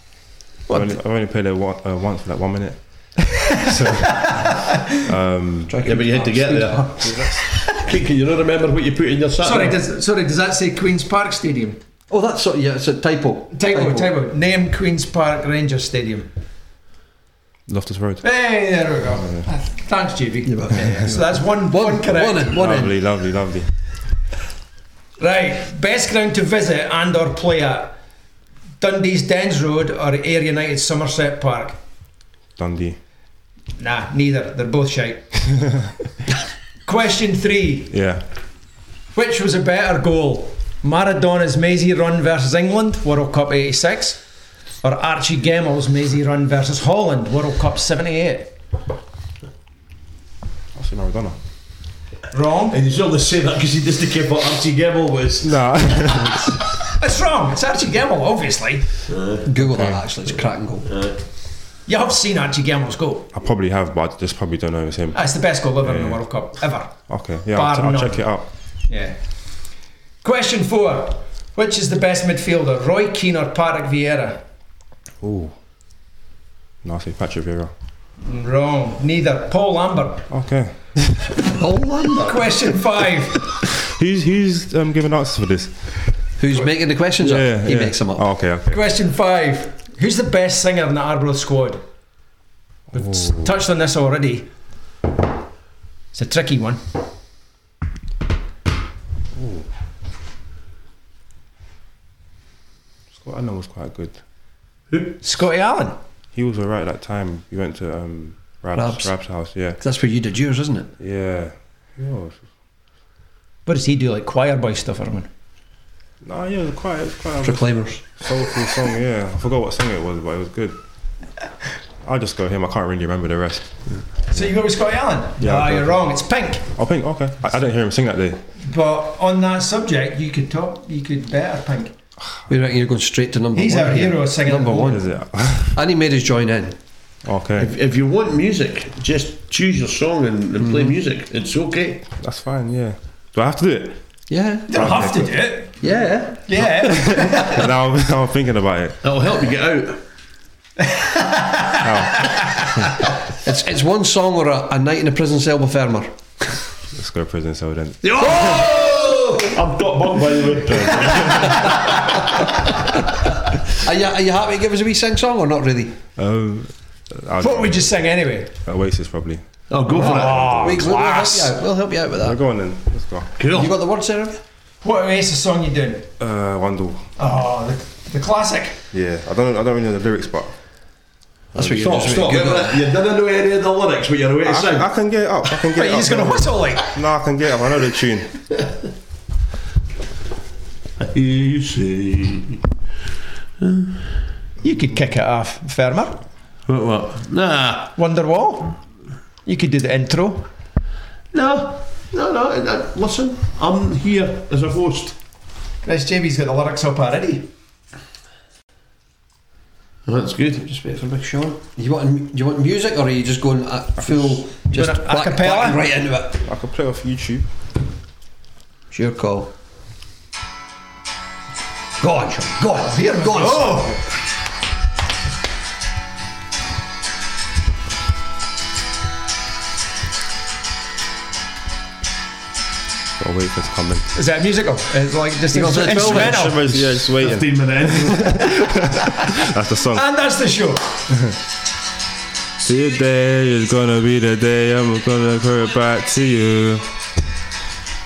Speaker 4: I
Speaker 2: What?
Speaker 4: only, I only played there one, uh, once for like one minute. so
Speaker 3: Yeah, but you had to get there. Can can you not remember what you put in your sack?
Speaker 2: Sorry, does, sorry, does that say Queen's Park Stadium?
Speaker 1: Oh, that's sort of, yeah. It's a typo.
Speaker 2: Typo, typo. Name Queen's Park Rangers Stadium.
Speaker 4: Loftus Road.
Speaker 2: Hey, there we go. Uh, Thanks, JB.
Speaker 1: You're welcome.
Speaker 2: Yeah, so that's one,
Speaker 1: One,
Speaker 2: one correct.
Speaker 1: one, in, one in.
Speaker 4: Lovely, lovely, lovely.
Speaker 2: Right, best ground to visit and or play at? Dundee's Dens Road or Air United Somerset Park?
Speaker 4: Dundee.
Speaker 2: Nah, neither. They're both shite. Question three.
Speaker 4: Yeah.
Speaker 2: Which was a better goal? Maradona's Maisie run versus England, World Cup 86? Or Archie Gemmell's Maisie run versus Holland, World Cup 78?
Speaker 4: I'll say Maradona.
Speaker 2: Wrong.
Speaker 3: And he's only saying that because he just kept what Archie Gibble was.
Speaker 4: Nah.
Speaker 2: It's wrong. It's Archie Gemmell, obviously.
Speaker 1: Google that actually. It's crack and go.
Speaker 2: You have seen Archie Gemmell's goal.
Speaker 4: I probably have, but I just probably don't know it's him.
Speaker 2: That's the best goal ever in the
Speaker 4: Yeah.
Speaker 2: World Cup, ever.
Speaker 4: Okay, yeah, I'll,
Speaker 2: Bar
Speaker 4: t- I'll
Speaker 2: none.
Speaker 4: check it out.
Speaker 2: Yeah. Question four. Which is the best midfielder, Roy Keane or Patrick Vieira?
Speaker 4: Ooh. No, I'll say Patrick Vieira.
Speaker 2: Mm, Wrong. Neither. Paul Lambert.
Speaker 4: Okay.
Speaker 1: Oh, wonder.
Speaker 2: Question five.
Speaker 4: Who's who's um, giving answers for this?
Speaker 1: Who's making the questions up? He makes them up.
Speaker 4: Oh, okay, okay.
Speaker 2: Question five. Who's the best singer in the Arbroath squad? We've s- touched on this already. It's a tricky one.
Speaker 4: Scott Allen was quite good.
Speaker 2: Scotty Allen.
Speaker 4: He was alright that time. He went to um, Rab's,
Speaker 1: Rab's.
Speaker 4: Rab's. house. Yeah,
Speaker 1: That's where you did yours, isn't it?
Speaker 4: yeah. He was.
Speaker 2: What does he do? Like choir boy stuff or something?
Speaker 4: Nah, yeah, it was quite, it was quite a
Speaker 1: Proclaimers.
Speaker 4: soulful song. Yeah, I forgot what song it was, but it was good. I'll just go him. I can't really remember the rest.
Speaker 2: So you go with Scotty Allen?
Speaker 4: Yeah,
Speaker 2: Ah,
Speaker 4: I've got
Speaker 2: you're
Speaker 4: it.
Speaker 2: wrong. It's pink.
Speaker 4: I think okay. I, I didn't hear him sing that day.
Speaker 2: But on that subject, you could top. You could better pink.
Speaker 1: We reckon you're going straight to number
Speaker 2: He's
Speaker 1: one.
Speaker 2: our
Speaker 1: here.
Speaker 2: hero singing.
Speaker 1: Number
Speaker 4: What
Speaker 1: one.
Speaker 4: is it?
Speaker 1: And he made his join in.
Speaker 4: okay,
Speaker 3: If, if you want music, just choose your song and, and play music. It's okay.
Speaker 4: that's fine. Yeah. Do I have to do it?
Speaker 1: Yeah.
Speaker 2: You don't have to do it.
Speaker 1: Yeah.
Speaker 2: Yeah.
Speaker 4: now, I'm, now I'm thinking about it.
Speaker 3: That'll help you get out.
Speaker 1: It's it's one song or a, a night in a prison cell with Fermer.
Speaker 4: Let's go prison cell then.
Speaker 3: Oh! I've got bug by the way.
Speaker 1: Are you, are you happy to give us a wee sing song or not really?
Speaker 4: Um, I'll-
Speaker 2: what would you sing anyway?
Speaker 4: Oasis probably.
Speaker 3: I'll go for
Speaker 2: Oh,
Speaker 1: we, will help
Speaker 2: class.
Speaker 1: you out. We'll help you out with that.
Speaker 4: go on then. Let's go.
Speaker 3: it. Cool.
Speaker 1: You got the words there? have you?
Speaker 2: What Oasis song you doing?
Speaker 4: Uh, Wandle.
Speaker 2: Oh, the, the classic.
Speaker 4: Yeah, I don't. I don't really know the lyrics, but
Speaker 1: That's what you're
Speaker 3: Stop,
Speaker 1: doing.
Speaker 3: stop. You didn't know any of the lyrics, but you're away to
Speaker 4: I can,
Speaker 3: sing.
Speaker 4: I can get it up. I can get
Speaker 2: But
Speaker 4: it
Speaker 2: you're
Speaker 4: up.
Speaker 2: just gonna whistle like.
Speaker 4: No, I can get it up. I know the tune.
Speaker 3: You say.
Speaker 2: You could kick it off, Fermer.
Speaker 3: What, what? Nah.
Speaker 2: Wonderwall. You could do the intro.
Speaker 3: No. No, no. I- I- Listen, I'm here as a host.
Speaker 2: Chris JB's got the lyrics up already.
Speaker 3: That's good.
Speaker 1: Just wait for Big Sean. You want you want music or are you just going at full just
Speaker 2: want a
Speaker 1: black,
Speaker 2: acapella?
Speaker 1: black right into it?
Speaker 4: I could play off YouTube.
Speaker 1: It's your call. Go on, Sean. Go on. Here, go on.
Speaker 2: Oh!
Speaker 4: Gotta wait for it to come in.
Speaker 2: Is that musical? It's like just
Speaker 1: You got the
Speaker 2: instrumental.
Speaker 4: Shivers, yeah, just waiting.
Speaker 3: 15 minutes.
Speaker 4: That's the song.
Speaker 2: And that's the show.
Speaker 4: Today is gonna be the day I'm gonna put it back to you.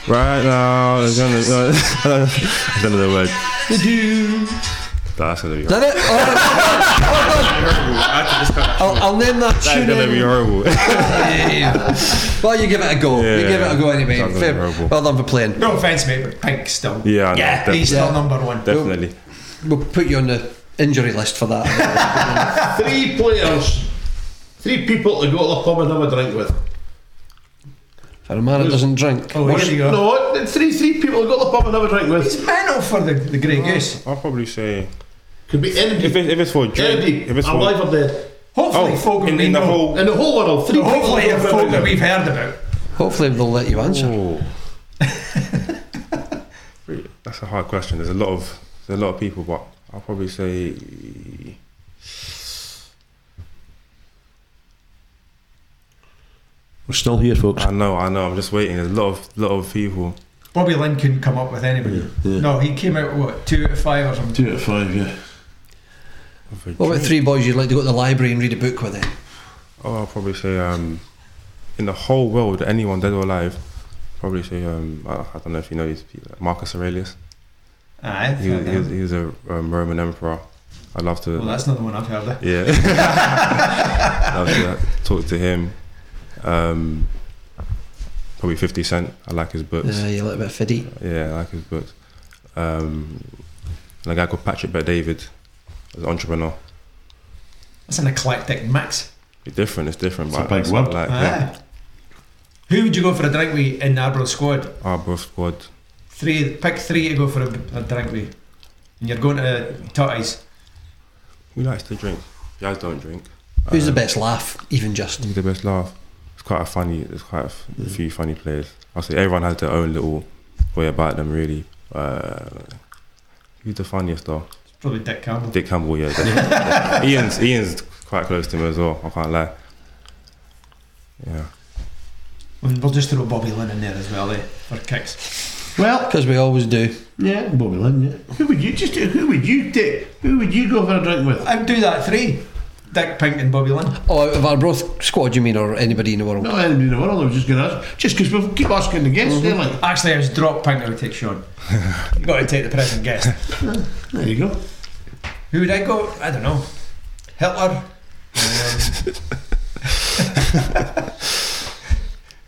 Speaker 4: Right now, it's gonna. I don't know the word. That's gonna be horrible.
Speaker 1: Did it? Oh, I'll, I'll name that
Speaker 4: That's
Speaker 1: tune.
Speaker 4: gonna be
Speaker 1: in.
Speaker 4: horrible.
Speaker 1: Well, you give it a go.
Speaker 4: Yeah,
Speaker 1: you give it a go
Speaker 4: yeah.
Speaker 1: anyway.
Speaker 4: Sounds
Speaker 1: Fair.
Speaker 4: horrible.
Speaker 1: Well done for playing.
Speaker 2: No offence, mate, but Pink still.
Speaker 4: Yeah, I know,
Speaker 2: Yeah,
Speaker 4: def-
Speaker 2: he's still number one.
Speaker 4: Definitely.
Speaker 1: We'll put you on the injury list for that.
Speaker 3: Three players. Three people to go to the pub and have a drink with.
Speaker 1: for a man that doesn't drink.
Speaker 2: Oh, here we go.
Speaker 3: No, th- three three people to go to the pub and have a drink with.
Speaker 2: He's mental for the, the Grey Goose.
Speaker 4: I'll probably say
Speaker 3: Could be anybody.
Speaker 4: if, it, if it's for a drink,
Speaker 3: anybody.
Speaker 4: if it's for
Speaker 3: alive or dead.
Speaker 2: Hopefully, folk
Speaker 4: oh,
Speaker 2: will
Speaker 4: in,
Speaker 2: be
Speaker 4: in the
Speaker 2: know-
Speaker 4: whole.
Speaker 3: In the whole world, three
Speaker 2: Hopefully,
Speaker 3: people.
Speaker 2: a folk that we've heard about.
Speaker 1: Hopefully they'll let you answer.
Speaker 4: Oh. Really? That's a hard question. There's a lot of there's a lot of people, but I'll probably say
Speaker 3: We're still here, folks.
Speaker 4: I know, I know. I'm just waiting. There's a lot of lot of people.
Speaker 2: Bobby Lynn couldn't come up with anybody.
Speaker 3: yeah.
Speaker 2: No, he came out what two out of five or something.
Speaker 3: Two out of five, yeah.
Speaker 1: What about three boys you'd like to go to the library and read a book with it?
Speaker 4: Oh, I'll probably say um, in the whole world, anyone dead or alive, probably say um, I, I don't know if you know these people, Marcus Aurelius.
Speaker 2: Aye.
Speaker 4: He,
Speaker 2: fair
Speaker 4: was- he, was,
Speaker 2: enough.
Speaker 4: he was a um, Roman emperor. I'd love to.
Speaker 2: well, that's not the one I've heard of.
Speaker 4: yeah. love to talk to him. Um, probably Fifty Cent. I like his books.
Speaker 1: Uh, you little bit fiddy.
Speaker 4: Yeah, I like his books. Um, and a guy called Patrick Bet David, as an entrepreneur.
Speaker 2: That's an eclectic mix.
Speaker 4: It's different. It's different.
Speaker 3: It's a
Speaker 4: but
Speaker 3: big
Speaker 4: that's what I
Speaker 3: word.
Speaker 4: Like, yeah.
Speaker 2: Aye. Who would you go for a drink with in the Arbroath squad?
Speaker 4: Our bro squad.
Speaker 2: Three, pick three to go for a, a drink with, and you're going to Tutties.
Speaker 4: Who likes to drink? You guys don't drink.
Speaker 1: Who's the best laugh? Even just.
Speaker 4: Who's the best laugh? It's quite a funny. There's quite a f- few funny players. I'll say everyone has their own little way about them, really. Uh, who's the funniest though?
Speaker 2: It's probably Dick Campbell.
Speaker 4: Dick Campbell, yeah. definitely. Ian's Ian's quite close to him as well. I can't lie. Yeah.
Speaker 2: And we'll just throw Bobby Lynn in there as well, eh? For kicks.
Speaker 3: Well,
Speaker 1: Because we always do.
Speaker 3: yeah, Bobby Lynn, yeah. Who would you just who would you take? Who would you go for a drink with?
Speaker 2: I'd do that three. Dick Pink and Bobby Lynn.
Speaker 1: Oh, out of our both squad, you mean, or anybody in the world?
Speaker 3: Not anybody in the world, I was just going to ask. Just because we keep asking the guests, they're like,
Speaker 2: Actually, I was drop Pink. I would take Sean. you got to take the present guest.
Speaker 3: there you go.
Speaker 2: Who would I go? I don't know. Hitler. Um,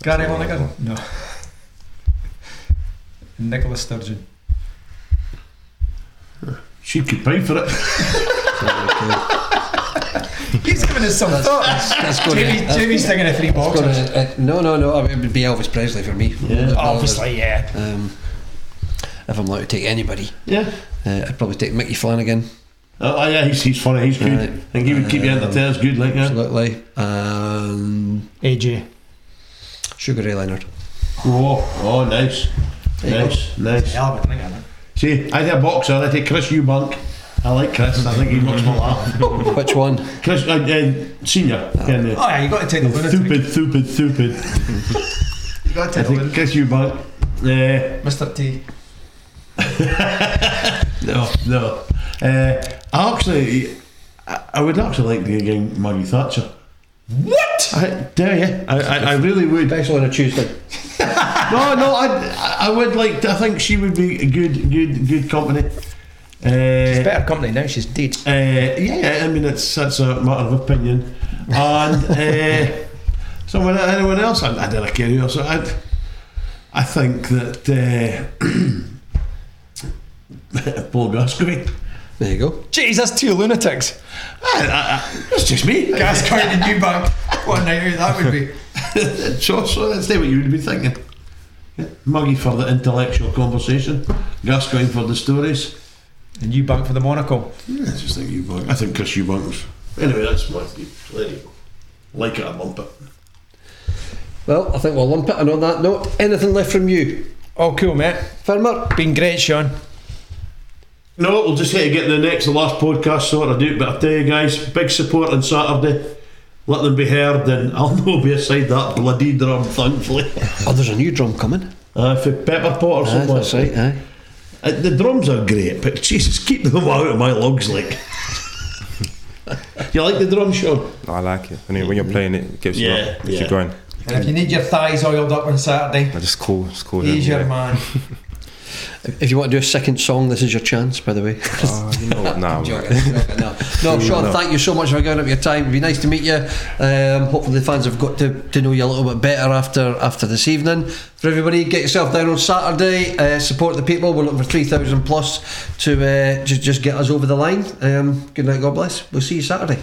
Speaker 2: Gary Monaghan? No. Nicola Sturgeon.
Speaker 3: She could pay for it.
Speaker 2: He's giving us some thoughts.
Speaker 1: That's going
Speaker 2: Jamie,
Speaker 1: to.
Speaker 2: Jamie's thinking of three
Speaker 1: That's going
Speaker 2: boxes.
Speaker 1: to uh, no, no, no. I mean, it would be Elvis Presley for me.
Speaker 3: Yeah.
Speaker 2: Obviously, yeah.
Speaker 1: Um, if I'm allowed to take anybody,
Speaker 3: Yeah.
Speaker 1: uh, I'd probably take Mickey Flanagan.
Speaker 3: Oh, yeah, he's, he's funny, he's good.
Speaker 1: Right.
Speaker 3: And he would keep you entertained, it's good like that.
Speaker 1: Absolutely. Um,
Speaker 2: AJ.
Speaker 1: Sugar Ray Leonard.
Speaker 3: Oh, oh, nice.
Speaker 1: There you go.
Speaker 3: Nice, nice.
Speaker 2: Hell of a drink, I know.
Speaker 3: See, I'd a boxer, I'd take Chris Eubank. I like Chris, I think he looks my laugh.
Speaker 1: Which one?
Speaker 3: Chris, uh, uh, senior, can you?
Speaker 2: Oh, yeah, you got to take the lunatic.
Speaker 3: Stupid, stupid, stupid.
Speaker 2: you got to take the
Speaker 3: I think
Speaker 2: lunatic.
Speaker 3: Chris Eubank. Yeah.
Speaker 2: Mr. T.
Speaker 3: No, no. Uh, I actually, I, I would actually like to get again Maggie Thatcher.
Speaker 2: What?
Speaker 3: I dare you? I, I, I really would.
Speaker 1: Especially on a Tuesday.
Speaker 3: No, no. I, I would like. To, I think she would be a good, good, good company. Uh,
Speaker 2: Better company now, she's dead.
Speaker 3: uh, yeah, I mean it's that's a matter of opinion. And uh, someone, anyone else? I, I don't care who else. I, I think that uh, Paul Gascoigne.
Speaker 1: There you go.
Speaker 2: Jeez, that's two lunatics.
Speaker 3: I, I, I, it's just me.
Speaker 2: Gascoigne and Eubank. What a night out that would be.
Speaker 3: Sure, so that's what you would be thinking. Muggy for the intellectual conversation, Gascoigne for the stories.
Speaker 2: And you bank for the Monaco.
Speaker 3: I just think Eubank. I think Chris Eubank's. Anyway, that's my view. There you go. Like it or lump it.
Speaker 1: Well, I think we'll lump it. And on that note, anything left from you?
Speaker 2: Oh, cool, mate.
Speaker 1: Firmer?
Speaker 2: Been great, Sean.
Speaker 3: No, we'll just have to get the next, the last podcast sorted out. But I tell you guys, big support on Saturday. Let them be heard, and I'll no be aside that bloody drum, thankfully.
Speaker 1: Oh, there's a new drum coming.
Speaker 3: Uh, for Pepper Pot or
Speaker 1: Aye,
Speaker 3: something.
Speaker 1: that's right, aye.
Speaker 3: Uh, the drums are great, but Jesus, keep them out of my lugs, like. you like the drum, Sean?
Speaker 4: I like it. And then when you're playing it, it gets you
Speaker 3: Yeah,
Speaker 4: up, gets
Speaker 3: yeah.
Speaker 4: you going.
Speaker 2: And if you need your thighs oiled up on Saturday,
Speaker 4: I just call, just call
Speaker 2: he's
Speaker 4: him.
Speaker 2: your man.
Speaker 1: If you want to do a second song, this is your chance, by the way.
Speaker 4: Uh, you know, nah, man.
Speaker 1: Joking, joking, no. no, Sean, thank you so much for giving up your time. It'd be nice to meet you. Um, hopefully, the fans have got to, to know you a little bit better after after this evening. For everybody, get yourself down on Saturday. Uh, support the people. We're looking for three thousand plus to uh, just just get us over the line. Um, good night. God bless. We'll see you Saturday.